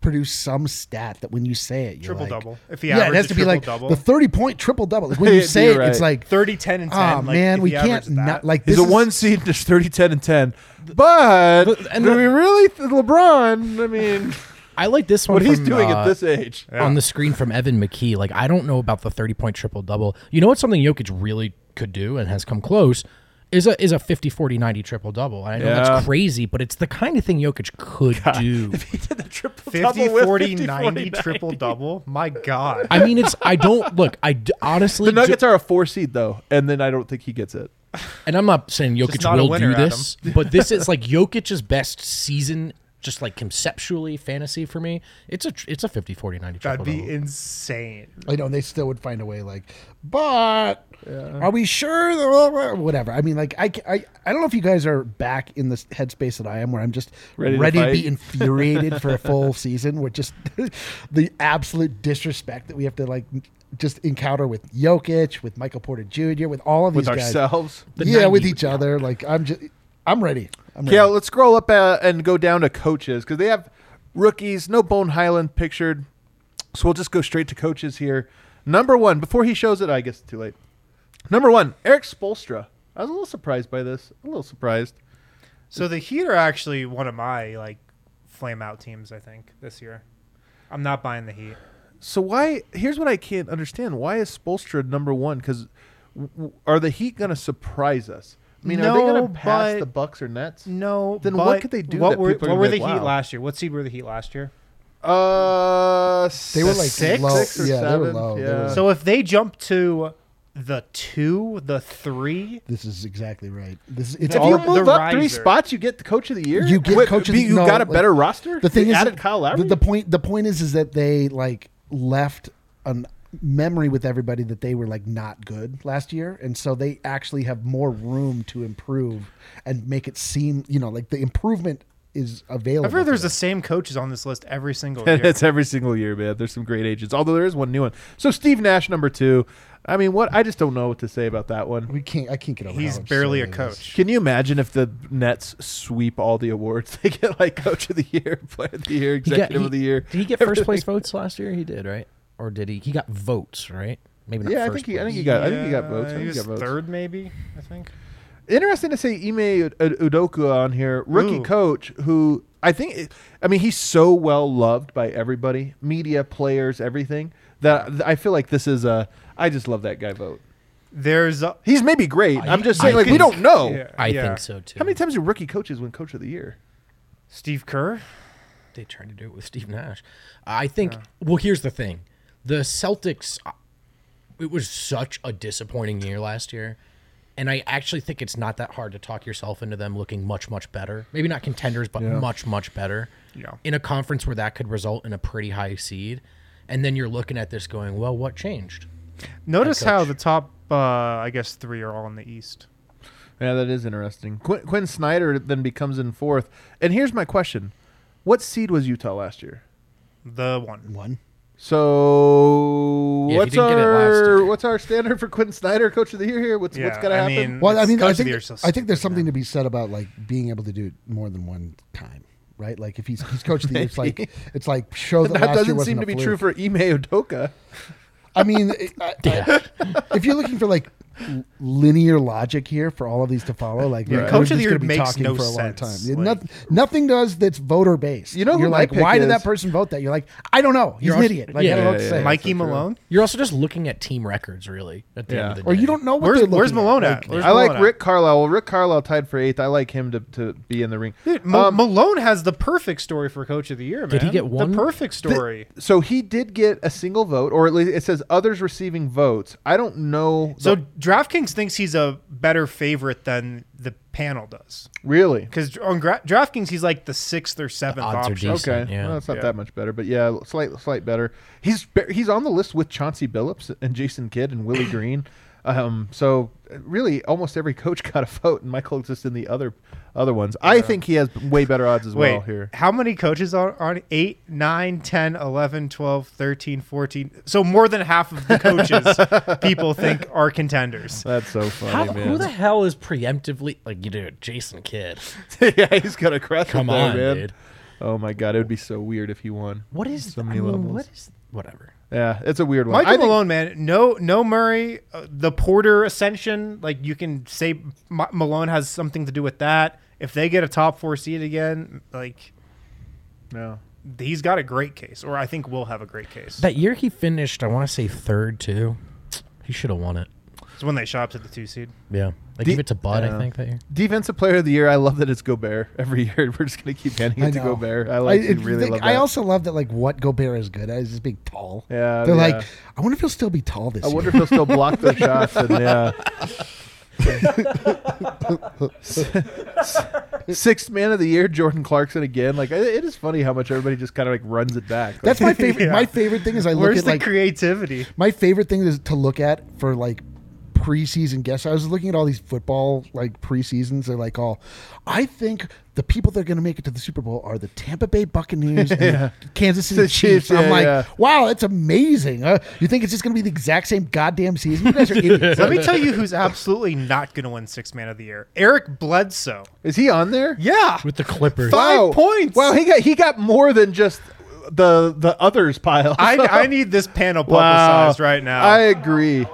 Speaker 5: produce some stat that when you say it, you're
Speaker 4: Triple
Speaker 5: like-
Speaker 4: double. If he
Speaker 5: yeah, it has
Speaker 4: averages
Speaker 5: to be like
Speaker 4: triple-double.
Speaker 5: the thirty point triple double.
Speaker 4: *laughs*
Speaker 5: Like, when you
Speaker 3: You're
Speaker 5: say it,
Speaker 3: right.
Speaker 5: it's like
Speaker 4: 30, 10, and 10.
Speaker 5: Oh
Speaker 4: like,
Speaker 5: man,
Speaker 4: if
Speaker 5: we
Speaker 4: he
Speaker 5: can't
Speaker 4: averages that-
Speaker 5: not like
Speaker 3: He's
Speaker 5: this
Speaker 3: a
Speaker 5: is-
Speaker 3: one seed, just 30, 10, and 10. But
Speaker 2: and
Speaker 3: do
Speaker 2: the-
Speaker 3: we really, th- LeBron, I *laughs* mean,
Speaker 2: I like this one.
Speaker 3: what he's
Speaker 2: from,
Speaker 3: doing
Speaker 2: uh,
Speaker 3: at this age. *laughs*
Speaker 2: on the screen from Evan McKee. Like, I don't know about the 30 point triple double. You know what's something Jokic really could do and has come close is a is a 50 40 90 triple double. I know
Speaker 3: Yeah.
Speaker 2: that's crazy, but it's the kind of thing Jokic could
Speaker 3: *laughs*
Speaker 2: do.
Speaker 3: He did the triple
Speaker 4: 50 40 90 triple double. My God.
Speaker 5: *laughs*
Speaker 2: I mean, it's I don't look. I d- honestly
Speaker 3: The
Speaker 2: do-
Speaker 3: Nuggets are a four seed, though, and then I don't think he gets it.
Speaker 2: And I'm not saying
Speaker 4: Just
Speaker 2: Jokic
Speaker 4: not a
Speaker 2: will do
Speaker 4: winner,
Speaker 2: this, but this is like Jokic's best season, just like conceptually fantasy for me. It's a tr- it's a 50 40 90
Speaker 4: That'd
Speaker 2: triple
Speaker 4: be
Speaker 2: double.
Speaker 4: insane.
Speaker 5: I know they still would find a way. Like, but are we sure? that- well, well, Whatever. I mean, like, I, ca- I, I don't know if you guys are back in this headspace that I am, where I'm just
Speaker 3: Ready
Speaker 5: ready,
Speaker 3: to
Speaker 5: to,
Speaker 3: fight?
Speaker 5: be infuriated for a full season with just *laughs* the absolute disrespect that we have to like just encounter with Jokic, with Michael Porter Jr., with all of these
Speaker 3: with
Speaker 5: guys.
Speaker 3: ourselves.
Speaker 2: The
Speaker 5: yeah, with
Speaker 2: 90
Speaker 5: each other. Like, I'm just, I'm ready. I'm ready.
Speaker 3: Yeah, let's scroll up uh, and go down to coaches because they have rookies, no Bone Highland pictured. So we'll just go straight to coaches here. Number one, before he shows it, I guess it's too late. Number one, Eric Spolstra. I was a little surprised by this. A little surprised.
Speaker 4: So the Heat are actually one of my like flame out teams. I think this year, I'm not buying the Heat.
Speaker 3: So why? Here's what I can't understand. Why is Spolstra number one? Because are the Heat going to surprise us? I mean, are they
Speaker 4: No,
Speaker 3: going to pass
Speaker 4: but-
Speaker 3: the Bucks or Nets?
Speaker 4: No.
Speaker 3: Then what but could they do what that
Speaker 4: What
Speaker 3: were-
Speaker 4: were,
Speaker 3: people are what gonna
Speaker 4: the
Speaker 3: be were like, the
Speaker 4: Heat
Speaker 3: Heat wow.
Speaker 4: last year? What seed were the Heat last year?
Speaker 3: Uh,
Speaker 5: They were, like,
Speaker 3: six,
Speaker 5: low-
Speaker 3: six or
Speaker 5: yeah, they
Speaker 3: seven.
Speaker 5: were low. They were
Speaker 3: Yeah.
Speaker 5: low.
Speaker 4: So if they jump to the two, the three,
Speaker 5: This is exactly right. This is, it's
Speaker 3: If
Speaker 5: all
Speaker 3: you
Speaker 4: the
Speaker 3: move up three
Speaker 4: riser.
Speaker 3: spots, you get the coach of the year.
Speaker 5: You get
Speaker 3: Wait,
Speaker 5: coach of the-
Speaker 3: You
Speaker 5: no,
Speaker 3: got a
Speaker 5: like,
Speaker 3: better roster.
Speaker 5: The thing
Speaker 3: They
Speaker 5: is,
Speaker 3: added Kyle Lowry.
Speaker 5: The,
Speaker 3: *laughs*
Speaker 5: the point, the point is, is that they like left a memory with everybody that they were like not good last year, and so they actually have more room to improve and make it seem, you know, like the improvement is available.
Speaker 3: Oh
Speaker 4: I've heard there's
Speaker 5: to
Speaker 4: the same coaches on this list
Speaker 3: *laughs*
Speaker 4: every single year.
Speaker 3: That's every single year, man. There's some great agents. Although there is one new one. So Steve Nash, number two. I mean, what? I just don't know what to say about that
Speaker 5: them.
Speaker 3: one.
Speaker 5: we can't. I can't get over.
Speaker 4: He's
Speaker 5: how
Speaker 4: barely a
Speaker 5: absurd it is.
Speaker 4: coach.
Speaker 3: Can you imagine if the Nets sweep all the awards? *laughs* They get like coach of the year, *laughs* player of the year,
Speaker 2: He got-
Speaker 3: executive
Speaker 2: he-
Speaker 3: of the year.
Speaker 2: Did he get first
Speaker 3: *laughs*
Speaker 2: place votes last year? He did, right? Or did he? He got votes, right? Maybe not
Speaker 3: Yeah, I
Speaker 2: first
Speaker 3: think he. I
Speaker 2: place.
Speaker 3: think he got. I think he got votes. I
Speaker 4: Yeah,
Speaker 3: think
Speaker 4: He
Speaker 3: he
Speaker 4: was
Speaker 3: got votes.
Speaker 4: third, maybe. I think.
Speaker 3: Interesting to say Ime Ud- Ud- Udoka on here, rookie
Speaker 4: Ooh.
Speaker 3: coach who I think I mean he's so well loved by everybody, media, players, everything that I feel like this is a I just love that guy vote.
Speaker 4: There's. A,
Speaker 3: He's maybe great. I, am just saying
Speaker 2: I
Speaker 3: like we
Speaker 2: think-
Speaker 3: don't know.
Speaker 4: yeah,
Speaker 2: I
Speaker 4: yeah.
Speaker 2: think so too.
Speaker 3: How many times do rookie coaches win coach of the year?
Speaker 4: Steve Kerr.
Speaker 2: they tried to do it with Steve Nash. I think. Well, here's the thing: the Celtics. uh, It was such a disappointing year last year, and I actually think it's not that hard to talk yourself into them looking much, much better. Maybe not contenders, but much, much better.
Speaker 4: Yeah.
Speaker 2: In a conference where that could result in a pretty high seed, and then you're looking at this going, "Well, what changed?"
Speaker 4: Notice how
Speaker 2: coach.
Speaker 4: the top, uh, I guess, three are all in the East.
Speaker 3: Yeah, that is interesting. Quinn, Quinn Snyder then becomes in fourth. And here's my question: What seed was Utah last year?
Speaker 4: The one.
Speaker 5: One.
Speaker 2: Yeah,
Speaker 3: So
Speaker 2: if you
Speaker 3: what's
Speaker 2: didn't get it last
Speaker 3: our
Speaker 2: year.
Speaker 3: what's our standard for Quinn Snyder, coach of the year here? What's what's
Speaker 4: Yeah,
Speaker 3: gonna
Speaker 4: I
Speaker 3: happen?
Speaker 4: mean-
Speaker 5: Well, I
Speaker 4: Mm, It's
Speaker 5: mean, I
Speaker 4: coach of the
Speaker 5: think
Speaker 4: year's so
Speaker 5: I think there's
Speaker 4: stupid,
Speaker 5: something to be said about like being able to do it more than one time, right? Like if he's he's coach of the year,
Speaker 4: *laughs*
Speaker 5: it's like it's like show
Speaker 3: *laughs* that
Speaker 5: that, last year
Speaker 3: doesn't
Speaker 5: wasn't
Speaker 3: seem
Speaker 5: a
Speaker 3: to be
Speaker 5: fluke.
Speaker 3: true for Ime Odoka.
Speaker 5: I mean, it- I- I- if you're looking for like l- linear logic here for all of these to follow, like
Speaker 3: Yeah.
Speaker 5: we're
Speaker 4: Coach of the
Speaker 5: just
Speaker 4: Year
Speaker 5: gonna be
Speaker 4: makes
Speaker 5: talking
Speaker 4: no
Speaker 5: for a long
Speaker 4: sense,
Speaker 5: time. Yeah,
Speaker 4: like-
Speaker 5: nothing, nothing does that's voter based.
Speaker 3: You know who
Speaker 5: you're
Speaker 3: my
Speaker 5: like,
Speaker 3: pick
Speaker 5: why
Speaker 3: is?
Speaker 5: did that person vote that? You're like, I don't know. He's
Speaker 2: You're
Speaker 5: an
Speaker 2: also-
Speaker 5: idiot. Like I
Speaker 2: yeah,
Speaker 5: don't know what
Speaker 3: yeah,
Speaker 5: to say.
Speaker 3: yeah.
Speaker 4: Mikey
Speaker 3: so true.
Speaker 4: Malone.
Speaker 2: You're also just looking at team records, really. At the
Speaker 3: Yeah.
Speaker 2: end of the
Speaker 5: or
Speaker 2: day,
Speaker 5: you don't know what
Speaker 4: Where's-
Speaker 5: they're looking
Speaker 4: where's Malone
Speaker 5: at.
Speaker 4: at?
Speaker 5: Like,
Speaker 4: Where's
Speaker 3: I like
Speaker 4: Malone at?
Speaker 3: Rick Carlisle. Well, Rick Carlisle tied for eighth. I like him to, to be in the ring.
Speaker 4: Dude, Ma-
Speaker 3: Um,
Speaker 4: Malone has the perfect story for coach of the year, man.
Speaker 2: Did he get one?
Speaker 4: The perfect story.
Speaker 3: so he did get a single vote, or at least it says others receiving votes. I don't know.
Speaker 4: so
Speaker 3: the-
Speaker 4: DraftKings thinks he's a better favorite than the panel does.
Speaker 3: really,
Speaker 4: Because on Gra- DraftKings, he's like the sixth or seventh
Speaker 2: odds are
Speaker 4: option.
Speaker 2: decent.
Speaker 3: okay,
Speaker 2: yeah.
Speaker 3: well, that's not
Speaker 4: Yeah.
Speaker 3: that much better, but yeah, slight, slight better. He's ba- he's on the list with Chauncey Billups and Jason Kidd and
Speaker 2: *coughs*
Speaker 3: Willie Green. Um, so really, almost every coach *laughs* got a vote, and Michael just in the other other ones. I think he has way better odds as
Speaker 4: Wait,
Speaker 3: well here.
Speaker 4: how many coaches are on 8, 9, 10, 11, 12, 13, 14? So more than half of the *laughs* coaches people think are contenders.
Speaker 3: That's so funny,
Speaker 2: How,
Speaker 3: man.
Speaker 2: who the hell is preemptively like you do Jason Kidd?
Speaker 3: *laughs* yeah, he's gonna crush
Speaker 2: Come
Speaker 3: it though,
Speaker 2: on,
Speaker 3: man.
Speaker 2: dude.
Speaker 3: Oh my god, it would be so weird if he won.
Speaker 2: *laughs* What is
Speaker 3: so
Speaker 2: I
Speaker 3: many
Speaker 2: mean,
Speaker 3: levels?
Speaker 2: What is whatever?
Speaker 3: Yeah, it's a weird one. I
Speaker 4: Michael
Speaker 3: think-
Speaker 4: Malone, man, no, no Murray, uh, the Porter ascension. Like you can say M- Malone has something to do with that. If they get a top four seed again, like
Speaker 3: no.
Speaker 4: he's got a great case, or I think we'll have a great case.
Speaker 2: That year he finished, I want to say third too. He should have won it.
Speaker 4: It's when they shot up to the two seed.
Speaker 2: Yeah, they give it to Bud, I think that year.
Speaker 3: Defensive player of the year. I love that it's Gobert every *laughs* year. We're just gonna keep handing
Speaker 5: I
Speaker 3: it to
Speaker 5: know.
Speaker 3: Gobert. I like. I,
Speaker 5: it-
Speaker 3: really
Speaker 5: like,
Speaker 3: love. That.
Speaker 5: I also love that like what Gobert is good at is just being tall.
Speaker 3: Yeah,
Speaker 5: they're
Speaker 3: yeah.
Speaker 5: like, I wonder if he'll still be tall this
Speaker 3: I
Speaker 5: year.
Speaker 3: wonder if he'll still block those shots. And yeah, *laughs* Sixth man of the year, Jordan Clarkson again. Like it, it is funny how much everybody just kind of like runs it back. Like,
Speaker 5: That's
Speaker 3: *laughs*
Speaker 5: my favorite. My favorite thing is I look
Speaker 4: Where's
Speaker 5: at
Speaker 4: the
Speaker 5: like
Speaker 4: creativity?
Speaker 5: my favorite thing is to look at for like preseason guests. I was looking at all these football like preseasons. They're like all, I think the people that are going to make it to the Super Bowl are the Tampa Bay
Speaker 3: *laughs*
Speaker 5: Buccaneers and the Kansas City
Speaker 3: The
Speaker 5: Chiefs.
Speaker 3: Chiefs,
Speaker 5: I'm
Speaker 3: yeah,
Speaker 5: like,
Speaker 3: yeah.
Speaker 5: wow, that's amazing. Uh, you think it's just going to be the exact same goddamn season? You
Speaker 3: *laughs*
Speaker 5: guys are idiots.
Speaker 4: Let me tell you who's absolutely not going to win Six Man of the Year. Eric Bledsoe.
Speaker 3: is he on there?
Speaker 4: Yeah.
Speaker 2: with the Clippers.
Speaker 4: Five
Speaker 3: Wow.
Speaker 4: points.
Speaker 3: Wow, he got he got more than just the the others pile.
Speaker 4: I,
Speaker 3: *laughs*
Speaker 4: I need this panel
Speaker 3: wow.
Speaker 4: publicized right now.
Speaker 3: I
Speaker 4: I,
Speaker 3: agree.
Speaker 4: am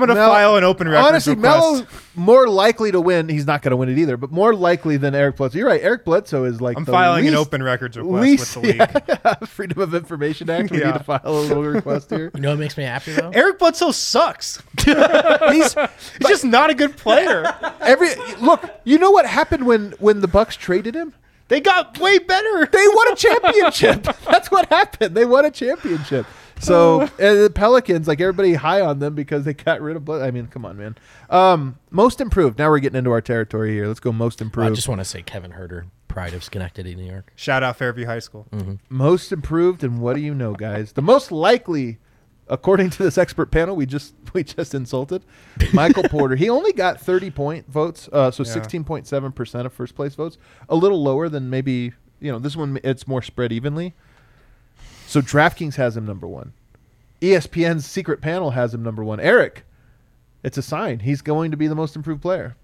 Speaker 4: going to
Speaker 3: Mel-
Speaker 4: file an open records
Speaker 3: Honestly,
Speaker 4: request.
Speaker 3: Melo's more likely to win. He's not going to win it either, but more likely than Eric Bledsoe. You're right. Eric Bledsoe is like
Speaker 4: I'm
Speaker 3: the
Speaker 4: filing an
Speaker 3: least-
Speaker 4: open records request
Speaker 3: least- *laughs*
Speaker 4: with the league.
Speaker 3: Freedom of Information Act. We
Speaker 4: Yeah.
Speaker 3: need to file a
Speaker 4: *laughs*
Speaker 3: little request here.
Speaker 2: You know what makes me happy though?
Speaker 4: Eric Bledsoe sucks. *laughs* he's, he's just not a good player.
Speaker 3: Every look, you know what happened when when the Bucks traded him?
Speaker 4: They got way better.
Speaker 3: They won a
Speaker 4: *laughs*
Speaker 3: championship. That's what happened. They won a championship. So
Speaker 4: *sighs*
Speaker 3: and the Pelicans, like everybody high on them because they got rid of. Blo- I mean, come on, man. Um, most improved. Now we're getting into our territory here. Let's go. Most
Speaker 2: I
Speaker 3: improved.
Speaker 2: just want to say Kevin Herter, pride of Schenectady, New York.
Speaker 4: Shout out Fairview High School.
Speaker 5: Mm.
Speaker 3: most improved, and what do you know, guys? The most likely, according to this expert panel, we just *laughs* we just insulted Michael Porter. He only got thirty point votes, uh, so
Speaker 4: Yeah.
Speaker 3: sixteen point seven percent of first place votes. A little lower than maybe you know this one. It's more spread evenly. So DraftKings has him number one. E ESPN's secret panel has him number one. Eric, it's a sign he's going to be the most improved player.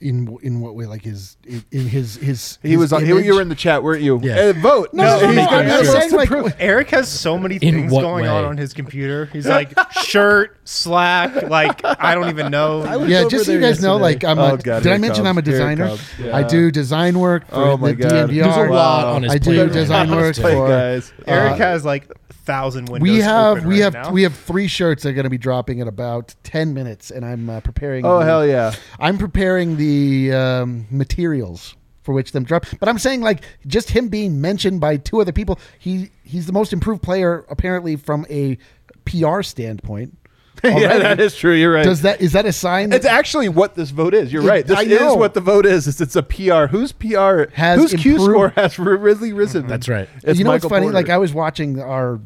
Speaker 5: in w- in what way? Like his in, in his his
Speaker 3: He
Speaker 5: his
Speaker 3: was. On, you
Speaker 5: image?
Speaker 3: you were in the chat, weren't you?
Speaker 2: Yeah.
Speaker 3: Uh, vote.
Speaker 5: No, no,
Speaker 3: *laughs*
Speaker 5: no,
Speaker 3: he's
Speaker 5: no,
Speaker 3: gonna
Speaker 5: I'm
Speaker 3: be
Speaker 5: just
Speaker 3: the most
Speaker 5: saying, like,
Speaker 3: improved.
Speaker 4: Eric has so many
Speaker 2: In
Speaker 4: things
Speaker 2: what
Speaker 4: going on
Speaker 2: way?
Speaker 4: on his computer. *laughs* He's like shirt, slack, like I don't even know.
Speaker 3: was
Speaker 5: Yeah,
Speaker 3: over
Speaker 5: just so you
Speaker 3: there
Speaker 5: guys know,
Speaker 3: yesterday.
Speaker 5: like I'm.
Speaker 3: Oh,
Speaker 5: a,
Speaker 3: God,
Speaker 5: did I
Speaker 3: here it
Speaker 5: mention
Speaker 3: comes.
Speaker 5: I'm a
Speaker 3: Here it
Speaker 5: designer?
Speaker 3: comes. Yeah.
Speaker 5: I do design work for
Speaker 3: Oh, my
Speaker 5: the
Speaker 3: God.
Speaker 5: DNVR.
Speaker 3: There's
Speaker 2: a lot on his
Speaker 5: I
Speaker 2: plate
Speaker 5: do
Speaker 2: right
Speaker 5: design
Speaker 2: now.
Speaker 5: work
Speaker 2: Honestly,
Speaker 5: for. uh,
Speaker 3: guys.
Speaker 4: Eric has like a thousand windows.
Speaker 5: we have
Speaker 4: open
Speaker 5: we
Speaker 4: right
Speaker 5: have
Speaker 4: now.
Speaker 5: we have three shirts that are going to be dropping in about 10 minutes and i'm uh, preparing
Speaker 3: Oh
Speaker 5: the-
Speaker 3: hell yeah!
Speaker 5: i'm preparing the um, materials for which them drop but i'm saying like just him being mentioned by two other people he he's the most improved player apparently from a pr standpoint
Speaker 3: yeah,
Speaker 5: *laughs* already.
Speaker 3: that is true. You're right.
Speaker 5: does that is that a sign that
Speaker 3: it's actually what this vote is. You're right. This
Speaker 5: I
Speaker 3: is
Speaker 5: know.
Speaker 3: what the vote is. Is it's a PR. Whose PR
Speaker 5: Has
Speaker 3: whose Q
Speaker 5: improved.
Speaker 3: score has r- really risen?
Speaker 2: Mm-hmm. That's right.
Speaker 3: It's
Speaker 5: you know
Speaker 3: Michael
Speaker 5: what's funny?
Speaker 3: Porter.
Speaker 5: Like I was watching our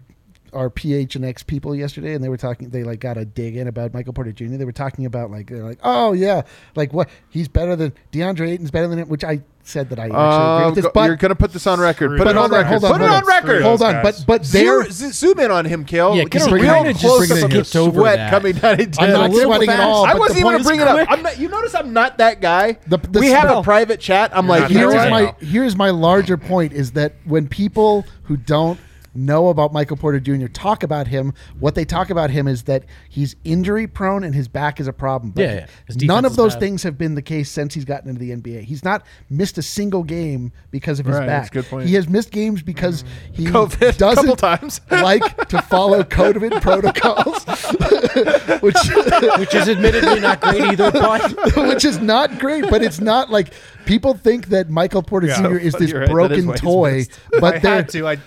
Speaker 5: our PH and X people yesterday, and they were talking. They like got a dig in about Michael Porter Jr. They were talking about like they're like, oh yeah, like what he's better than DeAndre Ayton's better than him, which I said that I actually agree
Speaker 3: Um,
Speaker 5: with this,
Speaker 3: go-
Speaker 5: but
Speaker 3: you're gonna put this on record.
Speaker 4: Screw
Speaker 3: Put
Speaker 4: that.
Speaker 3: it on
Speaker 5: hold on,
Speaker 3: record.
Speaker 5: hold on,
Speaker 3: put
Speaker 5: hold
Speaker 3: it
Speaker 5: on.
Speaker 3: on record.
Speaker 5: hold on,
Speaker 4: guys.
Speaker 5: but but
Speaker 3: Zero,
Speaker 5: they're
Speaker 3: z- zoom in on him, Kale.
Speaker 2: Yeah,
Speaker 3: Get
Speaker 2: 'cause
Speaker 3: a
Speaker 2: he
Speaker 3: real
Speaker 2: kinda just
Speaker 3: close
Speaker 2: skipped
Speaker 3: up of the
Speaker 2: over
Speaker 3: sweat
Speaker 2: that.
Speaker 3: coming down. his
Speaker 5: I'm
Speaker 3: head.
Speaker 5: not sweating at all,
Speaker 3: I
Speaker 5: but
Speaker 3: wasn't
Speaker 5: the
Speaker 3: even
Speaker 5: point
Speaker 3: gonna
Speaker 5: is
Speaker 3: bring it up.
Speaker 5: quick.
Speaker 3: I'm not, you notice I'm not that guy.
Speaker 5: The- the
Speaker 3: we have a
Speaker 5: smell.
Speaker 3: private chat. I'm like,
Speaker 4: not
Speaker 3: you know what?
Speaker 5: here's my here's my larger point is that when people who don't know about Michael Porter Jr. talk about him, what they talk about him is that he's injury prone and his back is a problem. But
Speaker 2: Yeah, yeah. His defense
Speaker 5: none of
Speaker 2: is
Speaker 5: those
Speaker 2: bad.
Speaker 5: things have been the case since he's gotten into the NBA. He's not missed a single game because of his
Speaker 3: Right,
Speaker 5: back.
Speaker 3: that's a good point.
Speaker 5: He has missed games because
Speaker 2: *laughs*
Speaker 5: he
Speaker 3: COVID,
Speaker 5: doesn't
Speaker 3: couple times.
Speaker 5: *laughs* like to
Speaker 2: *laughs*
Speaker 5: follow COVID protocols, *laughs* which
Speaker 2: Which is admittedly not great either, but
Speaker 5: *laughs* which is not great, but it's not like people think that Michael Porter
Speaker 4: Yeah.
Speaker 5: Jr. is this
Speaker 3: You're right. That is
Speaker 5: broken
Speaker 3: why he's
Speaker 5: toy,
Speaker 3: missed.
Speaker 4: I
Speaker 5: but they're
Speaker 4: had to. I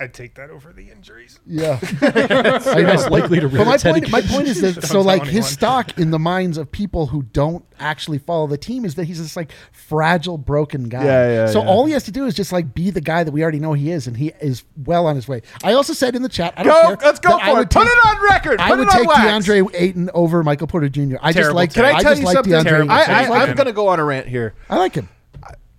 Speaker 4: I'd take that over the injuries.
Speaker 3: *laughs*
Speaker 5: *laughs* yeah. I know.
Speaker 2: less likely to rear
Speaker 5: But my
Speaker 2: its head
Speaker 5: point, my
Speaker 2: again.
Speaker 5: point is that so
Speaker 4: I'm
Speaker 5: like
Speaker 4: telling
Speaker 5: his
Speaker 4: you.
Speaker 5: stock in the minds of people who don't actually follow the team is that he's this like fragile, broken guy.
Speaker 3: Yeah, yeah,
Speaker 5: so
Speaker 3: yeah.
Speaker 5: all he has to do is just like be the guy that we already know he is, and he is well on his way. I also said in the chat, I don't
Speaker 3: Go-
Speaker 5: care
Speaker 3: let's go
Speaker 5: that I
Speaker 3: for
Speaker 5: would
Speaker 3: it. Put it on record.
Speaker 5: I
Speaker 3: Put
Speaker 5: would
Speaker 3: it on
Speaker 5: take
Speaker 3: wax.
Speaker 5: DeAndre Ayton over Michael Porter Jr. I just
Speaker 4: Terrible
Speaker 5: like
Speaker 3: Can
Speaker 4: take.
Speaker 3: I,
Speaker 5: I
Speaker 3: tell
Speaker 5: just
Speaker 3: you
Speaker 5: like
Speaker 3: something?
Speaker 5: DeAndre. Ayton.
Speaker 3: I,
Speaker 4: Terrible
Speaker 3: I, I'm
Speaker 4: take.
Speaker 3: going to go on a rant here.
Speaker 5: I like him.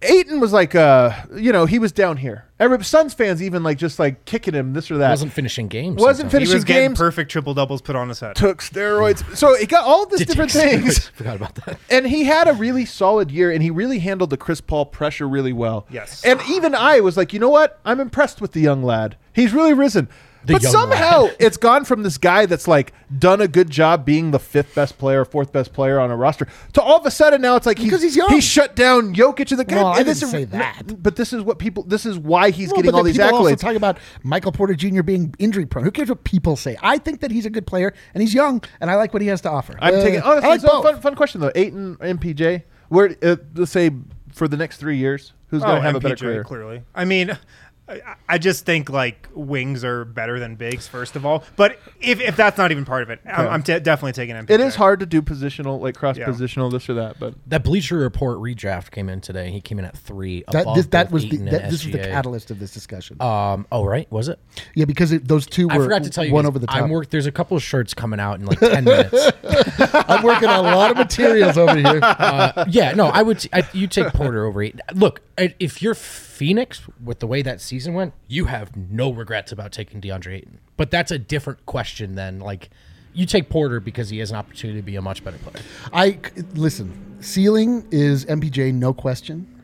Speaker 3: Aiton was like, uh, you know, he was down here. Every Suns fans even like just like kicking him this or that.
Speaker 2: wasn't finishing games.
Speaker 3: Wasn't
Speaker 2: sometimes.
Speaker 4: He was
Speaker 3: finishing
Speaker 4: getting
Speaker 3: games.
Speaker 4: perfect triple doubles put on his head.
Speaker 3: took steroids. So he got all this
Speaker 2: Did *laughs*
Speaker 3: different
Speaker 2: take steroids.
Speaker 3: things.
Speaker 2: Forgot about that.
Speaker 3: And he had a really solid year, and he really handled the Chris Paul pressure really well.
Speaker 4: Yes.
Speaker 3: And even I was like, you know what? I'm impressed with the young lad. He's really risen.
Speaker 2: The
Speaker 3: but
Speaker 2: young
Speaker 3: somehow it's gone from this guy that's like done a good job being the fifth best player, fourth best player on a roster, to all of a sudden now it's like
Speaker 5: Because he's young.
Speaker 3: He shut down Jokic and the guy.
Speaker 5: Well, I
Speaker 3: and this
Speaker 5: didn't
Speaker 3: is-
Speaker 5: say that.
Speaker 3: But this is what people. This is why he's getting
Speaker 5: but
Speaker 3: all
Speaker 5: then
Speaker 3: these
Speaker 5: people also
Speaker 3: accolades.
Speaker 5: talk about Michael Porter Jr. being injury prone. Who cares what people say? I think that he's a good player and he's young and I like what he has to offer.
Speaker 3: I'm
Speaker 5: Uh,
Speaker 3: taking.
Speaker 5: I
Speaker 3: Honestly,
Speaker 5: like
Speaker 3: so
Speaker 5: both.
Speaker 3: fun, fun question though. Eight and MPJ. Where uh, let's say for the next three years, who's going
Speaker 4: Oh,
Speaker 3: to have a
Speaker 4: MPJ,
Speaker 3: better career?
Speaker 4: Clearly, I mean, I- I just think like wings are better than bigs, first of all. But if, if that's not even part of it, I'm, I'm t- definitely taking MPJ.
Speaker 3: It is hard to do positional, like cross
Speaker 4: Yeah.
Speaker 3: positional, this or that, but
Speaker 2: That Bleacher Report redraft came in today. He came in at three.
Speaker 5: That
Speaker 2: above
Speaker 5: this, that
Speaker 2: both
Speaker 5: was the,
Speaker 2: Eaton and
Speaker 5: that, this was the
Speaker 2: SGA.
Speaker 5: catalyst of this discussion.
Speaker 2: Um, oh right, was it?
Speaker 5: yeah, because it, those two were
Speaker 2: I forgot to tell you.
Speaker 5: one
Speaker 2: guys,
Speaker 5: over the top.
Speaker 2: I'm work. There's a couple of shirts coming out in like ten minutes.
Speaker 5: *laughs* I'm working on a lot of materials
Speaker 2: *laughs*
Speaker 5: over here.
Speaker 2: Uh, yeah, no, I would. I, you take Porter over eight. Look, I- if you're Phoenix with the way that season went, you have no regrets about taking DeAndre Ayton. But that's a different question than like you take Porter because he has an opportunity to be a much better player.
Speaker 5: I c- listen. Ceiling is MPJ, no question.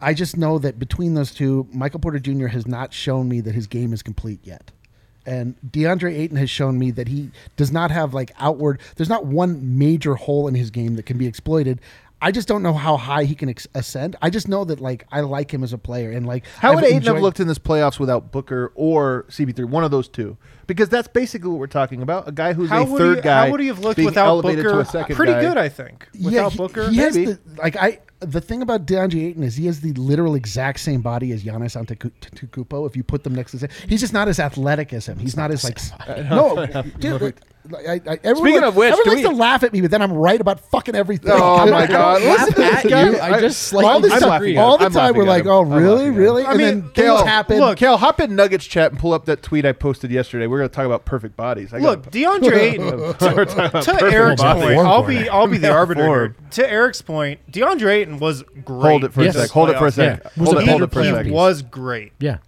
Speaker 5: I just know that between those two, Michael Porter Jr. has not shown me that his game is complete yet. And DeAndre Ayton has shown me that he does not have like outward, there's not one major hole in his game that can be exploited. I just don't know how high he can ex- ascend. I just know that like I like him as a player and like
Speaker 3: How
Speaker 5: I've
Speaker 3: would Aiden have
Speaker 5: enjoyed-
Speaker 3: looked in this playoffs without Booker or CB3? One of those two, because that's basically what we're talking about—a guy who's
Speaker 4: How
Speaker 3: a
Speaker 4: would,
Speaker 3: third
Speaker 4: he,
Speaker 3: guy.
Speaker 4: how would he have looked
Speaker 3: being
Speaker 4: without
Speaker 3: elevated
Speaker 4: Booker?
Speaker 3: To a second
Speaker 4: Pretty
Speaker 3: guy.
Speaker 4: good, I think. Without
Speaker 5: he,
Speaker 4: Booker,
Speaker 5: he has
Speaker 3: maybe.
Speaker 5: the, like I. The thing about DeAndre Ayton is he has the literal exact same body as Giannis Antetokounmpo. If you put them next to each other, he's just not as athletic as him. He's not
Speaker 3: *laughs*
Speaker 5: as like no. Dude, like, I, I, everyone,
Speaker 3: Speaking of which,
Speaker 5: everyone
Speaker 3: do we-
Speaker 5: likes to laugh at me, but then I'm right about fucking *laughs* everything.
Speaker 3: Oh my God! Listen to
Speaker 2: at
Speaker 3: this guy.
Speaker 2: you. I just slightly
Speaker 5: all,
Speaker 3: I'm
Speaker 5: this
Speaker 2: I'm
Speaker 5: time,
Speaker 3: laughing at
Speaker 5: all
Speaker 3: him.
Speaker 5: the
Speaker 3: I'm
Speaker 5: time we're
Speaker 3: laughing at
Speaker 5: like,
Speaker 3: him.
Speaker 5: oh
Speaker 3: I'm
Speaker 5: really,
Speaker 3: laughing at
Speaker 5: really?
Speaker 3: him.
Speaker 5: and then things
Speaker 3: Kale,
Speaker 5: happen.
Speaker 3: Look, Kel, hop in Nuggets chat and pull up that tweet I posted yesterday. We're going to talk about perfect bodies. I *laughs*
Speaker 4: Look, DeAndre Ayton.
Speaker 3: We're talking about
Speaker 4: To
Speaker 3: perfect
Speaker 4: Eric's
Speaker 3: bodies.
Speaker 4: point, I'll
Speaker 2: Form
Speaker 4: be
Speaker 3: *laughs*
Speaker 4: I'll be the arbiter.
Speaker 3: Form.
Speaker 4: here. To Eric's point, DeAndre Ayton was great.
Speaker 3: Hold it for
Speaker 2: Yes.
Speaker 3: a sec. Hold it for a sec.
Speaker 2: Yeah. Was
Speaker 3: Hold
Speaker 2: a
Speaker 3: it, hold it
Speaker 2: better
Speaker 3: for a
Speaker 2: player.
Speaker 3: sec.
Speaker 4: He was great.
Speaker 2: Yeah,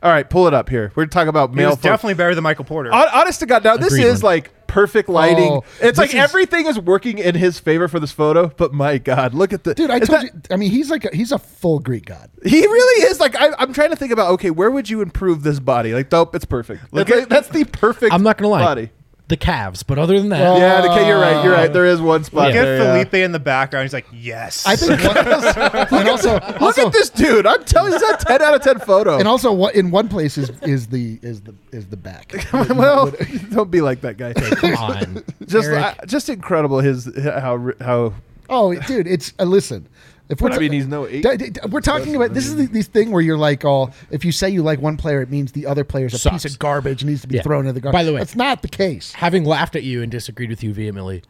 Speaker 3: All right, pull it up here. We're talking about
Speaker 4: He
Speaker 3: male. Oh,
Speaker 4: was
Speaker 3: fo-
Speaker 4: definitely better than Michael Porter.
Speaker 3: Hon- Honest to God, now this
Speaker 2: Agreed,
Speaker 3: is
Speaker 2: man.
Speaker 3: like perfect lighting.
Speaker 5: Oh,
Speaker 3: it's like
Speaker 5: this is-
Speaker 3: everything is working in his favor for this photo. But my God, look at the
Speaker 5: dude, I
Speaker 3: is
Speaker 5: told
Speaker 3: that-
Speaker 5: you. I mean, he's like a, he's a full Greek god.
Speaker 3: He really is like I, I'm trying to think about. Okay, where would you improve this body? Like, nope, it's perfect. Look, that's the perfect.
Speaker 2: I'm not gonna lie.
Speaker 3: Body.
Speaker 2: The Cavs, but other than that,
Speaker 3: Yeah, okay, you're right. You're right. There is one spot.
Speaker 4: Look at
Speaker 3: there, yeah.
Speaker 4: Felipe in the background. He's like, yes.
Speaker 3: *laughs*
Speaker 5: I think. *laughs* one- and also,
Speaker 3: Look
Speaker 5: also,
Speaker 3: at this dude. I'm telling you, it's a 10 out of 10
Speaker 2: Oh.
Speaker 3: photo. *laughs*
Speaker 5: And also, what in one place is is the is the is
Speaker 2: *laughs*
Speaker 5: the back.
Speaker 3: well, *laughs* don't be like that guy.
Speaker 2: come on.
Speaker 3: *laughs* just,
Speaker 2: Eric.
Speaker 3: I- just incredible. His how ri- how
Speaker 5: oh, dude, it's uh, listen. If we're
Speaker 3: But I mean, he's no eight-
Speaker 5: D- d- d- we're talking about this is the, this thing where you're like, oh, if you say you like one player, it means the other player is a
Speaker 2: Sucks.
Speaker 5: piece of garbage and needs to be
Speaker 2: Yeah.
Speaker 5: thrown in the garbage.
Speaker 2: By the way-
Speaker 5: that's not the case.
Speaker 2: having laughed at you and disagreed with you vehemently,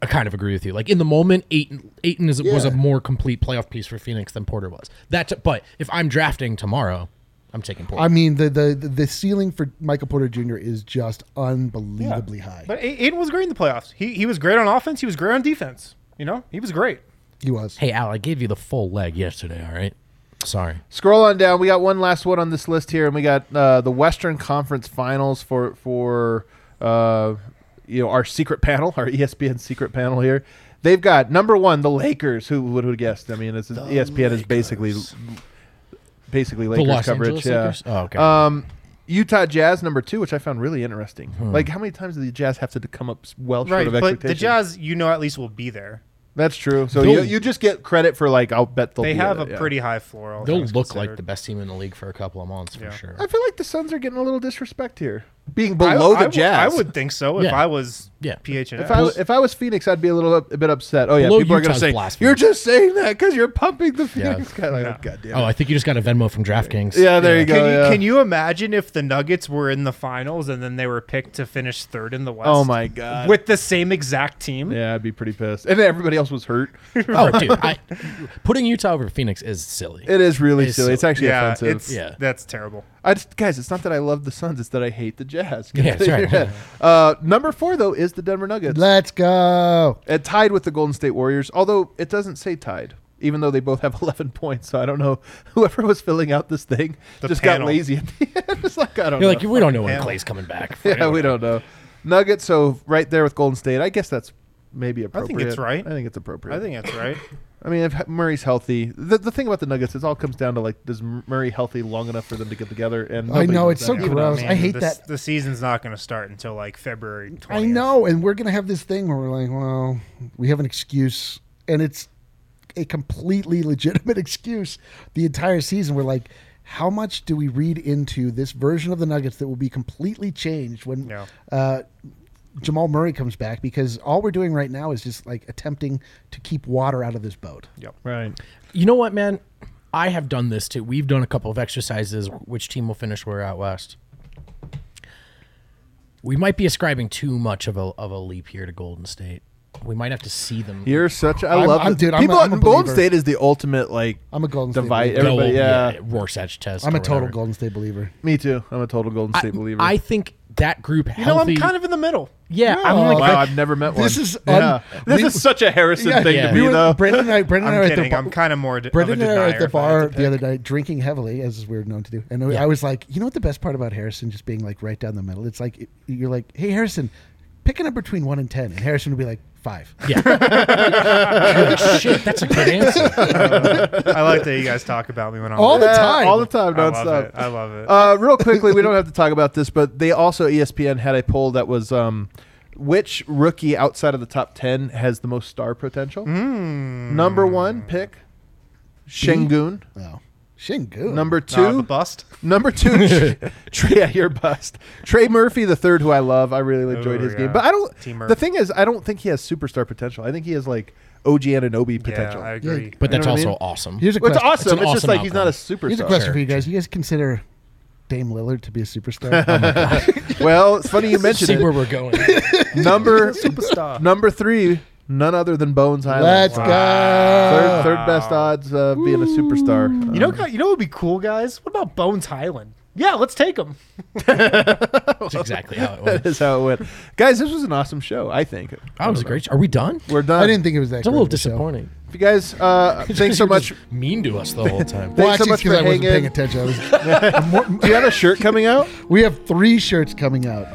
Speaker 2: I kind of agree with you. Like in the moment, Aiton, Aiton is, was a
Speaker 5: Yeah.
Speaker 2: more complete playoff piece for Phoenix than Porter was. That's but if I'm drafting tomorrow, I'm taking Porter.
Speaker 5: I mean, the the the- the ceiling for Michael Porter Jr. is just unbelievably high.
Speaker 4: But Ay- Aiden was great in the playoffs. He he was great on offense. He was great on defense. You know, he was great.
Speaker 5: he was.
Speaker 2: hey Al, I gave you the full leg yesterday. All right, sorry.
Speaker 3: Scroll on down. We got one last one on this list here, and we got uh, the Western Conference Finals for for uh, you know our secret panel, *laughs* our E ESPN secret panel here. They've got number one the Lakers. Who would have guessed? I mean, it's, E ESPN is basically basically Lakers
Speaker 2: Los
Speaker 3: coverage.
Speaker 2: Angeles
Speaker 3: yeah.
Speaker 2: Lakers? Oh, okay.
Speaker 3: Um, Utah Jazz number two, which I found really interesting.
Speaker 2: Hmm.
Speaker 3: Like, how many times did the Jazz have to come up s- well short
Speaker 4: Right.
Speaker 3: of
Speaker 4: But
Speaker 3: expectations?
Speaker 4: the Jazz, you know, at least will be there.
Speaker 3: That's true. So
Speaker 2: They'll-
Speaker 3: you, you just get credit for like I'll bet they'll
Speaker 4: They
Speaker 3: be
Speaker 4: have
Speaker 3: in
Speaker 4: a
Speaker 3: it, yeah.
Speaker 4: pretty high floor. all
Speaker 2: They'll
Speaker 4: things
Speaker 2: look like
Speaker 4: considered.
Speaker 2: the best team in the league for a couple of months for
Speaker 4: Yeah.
Speaker 2: sure.
Speaker 3: I feel like the Suns are getting a little disrespect here, being below
Speaker 4: I- I
Speaker 3: the
Speaker 4: would-
Speaker 3: Jazz.
Speaker 4: I would think so if
Speaker 2: Yeah.
Speaker 4: I was
Speaker 2: Yeah.
Speaker 4: PH and
Speaker 3: If I, if I was Phoenix, I'd be a little up- a bit upset. Oh yeah,
Speaker 2: Below
Speaker 3: people are going to
Speaker 2: Utah's
Speaker 3: say
Speaker 2: blasphemy.
Speaker 3: you're just saying that because you're pumping the Phoenix. guy." Like, oh, God damn
Speaker 2: Oh,
Speaker 3: it.
Speaker 2: I think you just got a Venmo from DraftKings.
Speaker 3: yeah, there you go.
Speaker 4: Can you,
Speaker 3: uh, yeah.
Speaker 4: can you imagine if the Nuggets were in the finals and then they were picked to finish third in the West?
Speaker 3: oh my God.
Speaker 4: With the same exact team?
Speaker 3: yeah, I'd be pretty pissed. And everybody else was hurt.
Speaker 2: Oh, dude, I, putting Utah over Phoenix is silly.
Speaker 3: It is really
Speaker 2: It's
Speaker 3: silly.
Speaker 2: so-
Speaker 3: It's actually
Speaker 4: Yeah,
Speaker 3: offensive.
Speaker 4: it's
Speaker 2: Yeah.
Speaker 4: that's terrible.
Speaker 3: I just, guys, it's not that I love the Suns; it's that I hate the Jazz. *laughs*
Speaker 2: Yeah, that's right.
Speaker 3: Uh, number four though is the Denver Nuggets,
Speaker 5: Let's go.
Speaker 3: Uh, tied with the Golden State Warriors. Although it doesn't say tied, even though they both have *laughs* 11 points. So I don't know. Whoever was filling out this thing
Speaker 4: The
Speaker 3: just got
Speaker 4: panel.
Speaker 3: lazy at the *laughs* end. It's like I don't.
Speaker 2: You're
Speaker 3: know.
Speaker 2: like we don't know when
Speaker 4: hell.
Speaker 2: Clay's coming
Speaker 4: *laughs*
Speaker 2: back.
Speaker 3: yeah, we don't know. Nuggets, so right there with Golden State. I guess that's maybe
Speaker 4: think
Speaker 3: appropriate.
Speaker 4: it's right.
Speaker 3: I think it's appropriate.
Speaker 4: I think that's right.
Speaker 3: I mean, if Murray's healthy, the, the thing about the Nuggets is all comes down to like, does Murray healthy long enough for them to get together? And nobody
Speaker 5: I know,
Speaker 3: knows
Speaker 5: it's
Speaker 3: that
Speaker 5: so
Speaker 3: yet.
Speaker 4: Even though,
Speaker 5: Gross. I hate
Speaker 4: the,
Speaker 5: that.
Speaker 4: The season's not going to start until like February 20th.
Speaker 3: Oh,
Speaker 5: I know, and we're gonna have this thing where we're like, well, we have an excuse, and it's a completely legitimate *laughs* excuse. The entire season, we're like, how much do we read into this version of the Nuggets that will be completely changed when
Speaker 4: Yeah.
Speaker 5: uh, Jamal Murray comes back? Because all we're doing right now is just like attempting to keep water out of this boat.
Speaker 3: Right.
Speaker 2: You know what, man? I have done this too. We've done a couple of exercises. Which team will finish where out west? We might be ascribing too much of a of a leap here to Golden State. We might have to see them.
Speaker 3: You're such. I
Speaker 5: I'm-
Speaker 3: love
Speaker 5: I'm-
Speaker 3: it.
Speaker 5: dude, I'm
Speaker 3: people
Speaker 5: a- I'm a
Speaker 3: in Golden
Speaker 5: believer.
Speaker 3: State is the ultimate like.
Speaker 5: I'm a Golden State
Speaker 3: divide.
Speaker 5: believer.
Speaker 3: Everybody, yeah.
Speaker 2: Rorschach test.
Speaker 5: I'm
Speaker 2: or
Speaker 5: a total
Speaker 2: whatever.
Speaker 5: Golden State believer.
Speaker 3: Me too. I'm a total Golden State believer.
Speaker 2: I think that group
Speaker 4: You know,
Speaker 2: healthy.
Speaker 4: I'm kind of in the middle.
Speaker 2: yeah. I'm
Speaker 5: No.
Speaker 3: *laughs*
Speaker 2: like
Speaker 3: wow, I've never met one.
Speaker 5: This is
Speaker 3: yeah.
Speaker 5: un-
Speaker 3: this
Speaker 5: we-
Speaker 3: is *laughs* such a Harrison
Speaker 5: Yeah,
Speaker 3: thing
Speaker 2: yeah.
Speaker 3: to be
Speaker 5: We were-
Speaker 3: though.
Speaker 5: Brendan and I, Brendan and
Speaker 4: I'm
Speaker 5: I were at
Speaker 4: kidding.
Speaker 5: the bar.
Speaker 4: I'm kind of more. d- of a
Speaker 5: Brendan and I were at
Speaker 4: denier
Speaker 5: the
Speaker 4: if I had
Speaker 5: bar
Speaker 4: to
Speaker 5: the other night, drinking heavily, as we're known to do. And I was like, you know what the best part about Harrison just being like right down the middle? It's like, it- you're like, hey, Harrison, pick a number between one and 10. And Harrison would be like, five. *laughs*
Speaker 2: shit. That's a good answer.
Speaker 4: pick. I like that you guys talk about me when I'm
Speaker 5: All the
Speaker 4: there.
Speaker 3: Yeah,
Speaker 5: time.
Speaker 3: all the time,
Speaker 4: I love
Speaker 3: nonstop.
Speaker 4: it. I love it.
Speaker 3: Uh, real quickly, we don't have to talk about this, but they also E ESPN had a poll that was um, which rookie outside of the top ten has the most star potential.
Speaker 4: Hmm.
Speaker 3: Number one pick, Shengun.
Speaker 5: No. Shingu.
Speaker 3: Number two,
Speaker 4: Nah, Uh, the bust.
Speaker 3: Number
Speaker 4: *laughs*
Speaker 3: two, Trey, yeah, you're bust. Trey Murphy, the third, who I love. I really enjoyed
Speaker 4: Ooh,
Speaker 3: his
Speaker 4: Oh, yeah.
Speaker 3: game, but I don't.
Speaker 4: Team
Speaker 3: the
Speaker 4: Murph.
Speaker 3: thing is, I don't think he has superstar potential. I think he has like OG Ananobi potential.
Speaker 4: Yeah, I agree.
Speaker 2: But
Speaker 3: You know
Speaker 2: that's
Speaker 3: what I
Speaker 2: also
Speaker 3: mean?
Speaker 2: awesome.
Speaker 5: Here's a
Speaker 3: Well, it's
Speaker 5: question.
Speaker 3: awesome. It's,
Speaker 2: an
Speaker 3: just
Speaker 2: awesome
Speaker 3: like he's not a superstar.
Speaker 5: Here's a question for you guys. You guys consider Dame Lillard to be a superstar?
Speaker 3: Well, it's funny you mentioned
Speaker 2: See
Speaker 3: it.
Speaker 2: where we're going.
Speaker 3: number
Speaker 4: Superstar.
Speaker 3: number three, none other than Bones Highland.
Speaker 5: Let's
Speaker 3: Third,
Speaker 5: go.
Speaker 3: third best odds of being a superstar. *laughs*
Speaker 4: You know, you know what would be cool, guys? What about Bones Highland? Yeah, let's take him.
Speaker 3: *laughs*
Speaker 2: That's exactly how it went.
Speaker 3: is how it went, guys. This was an awesome show. I think
Speaker 2: That was a great. Are we done?
Speaker 3: we're done.
Speaker 5: I didn't think it was that
Speaker 2: It's a
Speaker 5: great
Speaker 2: little
Speaker 5: of show.
Speaker 2: disappointing.
Speaker 3: If you guys,
Speaker 5: *laughs*
Speaker 3: uh, thanks so
Speaker 2: You're just
Speaker 3: much.
Speaker 2: Mean to us the whole time.
Speaker 3: *laughs*
Speaker 5: Well,
Speaker 3: Thanks so
Speaker 5: actually,
Speaker 3: much for
Speaker 5: because I wasn't
Speaker 3: hanging.
Speaker 5: paying attention. I was,
Speaker 3: Do you have a shirt coming
Speaker 5: *laughs*
Speaker 3: out?
Speaker 5: we have three shirts coming out.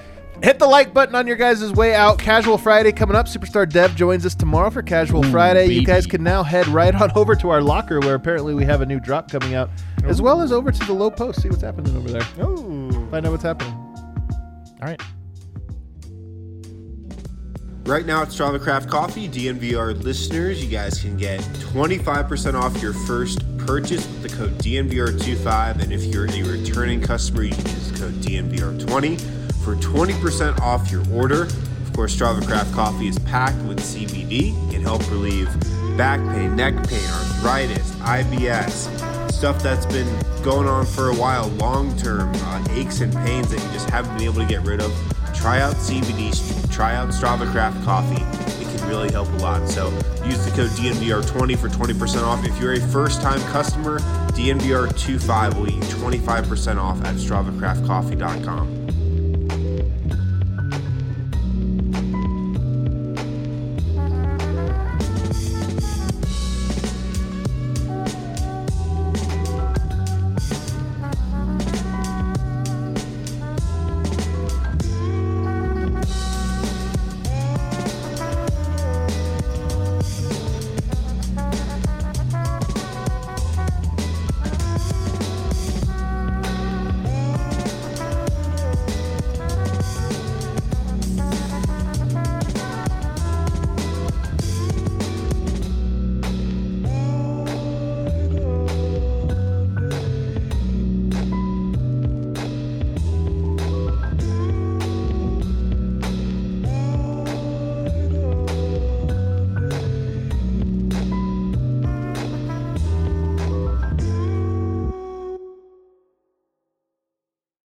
Speaker 3: Hit the like button on your guys' way out. Casual Friday coming up. Superstar Dev joins us tomorrow for Casual Friday. You
Speaker 2: baby.
Speaker 3: guys can now head right on *laughs* over to our locker where apparently we have a new drop coming out, as well as over to the low post. See what's happening over there.
Speaker 4: Ooh.
Speaker 3: Find out what's happening.
Speaker 2: All right.
Speaker 1: Right now at Strava Craft Coffee, DNVR listeners, you guys can get 25% off your first purchase with the code DNVR25. And if you're a returning customer, you can use code DNVR20 for 20% off your order. Of course, Strava Craft Coffee is packed with CBD. It can help relieve back pain, neck pain, arthritis, IBS, stuff that's been going on for a while, long term uh, aches and pains that you just haven't been able to get rid of try out CBD, try out Strava Craft Coffee. It can really help a lot. So use the code DNVR20 for 20% off. If you're a first time customer, DNVR25 will get you 25% off at StravaCraftCoffee.com.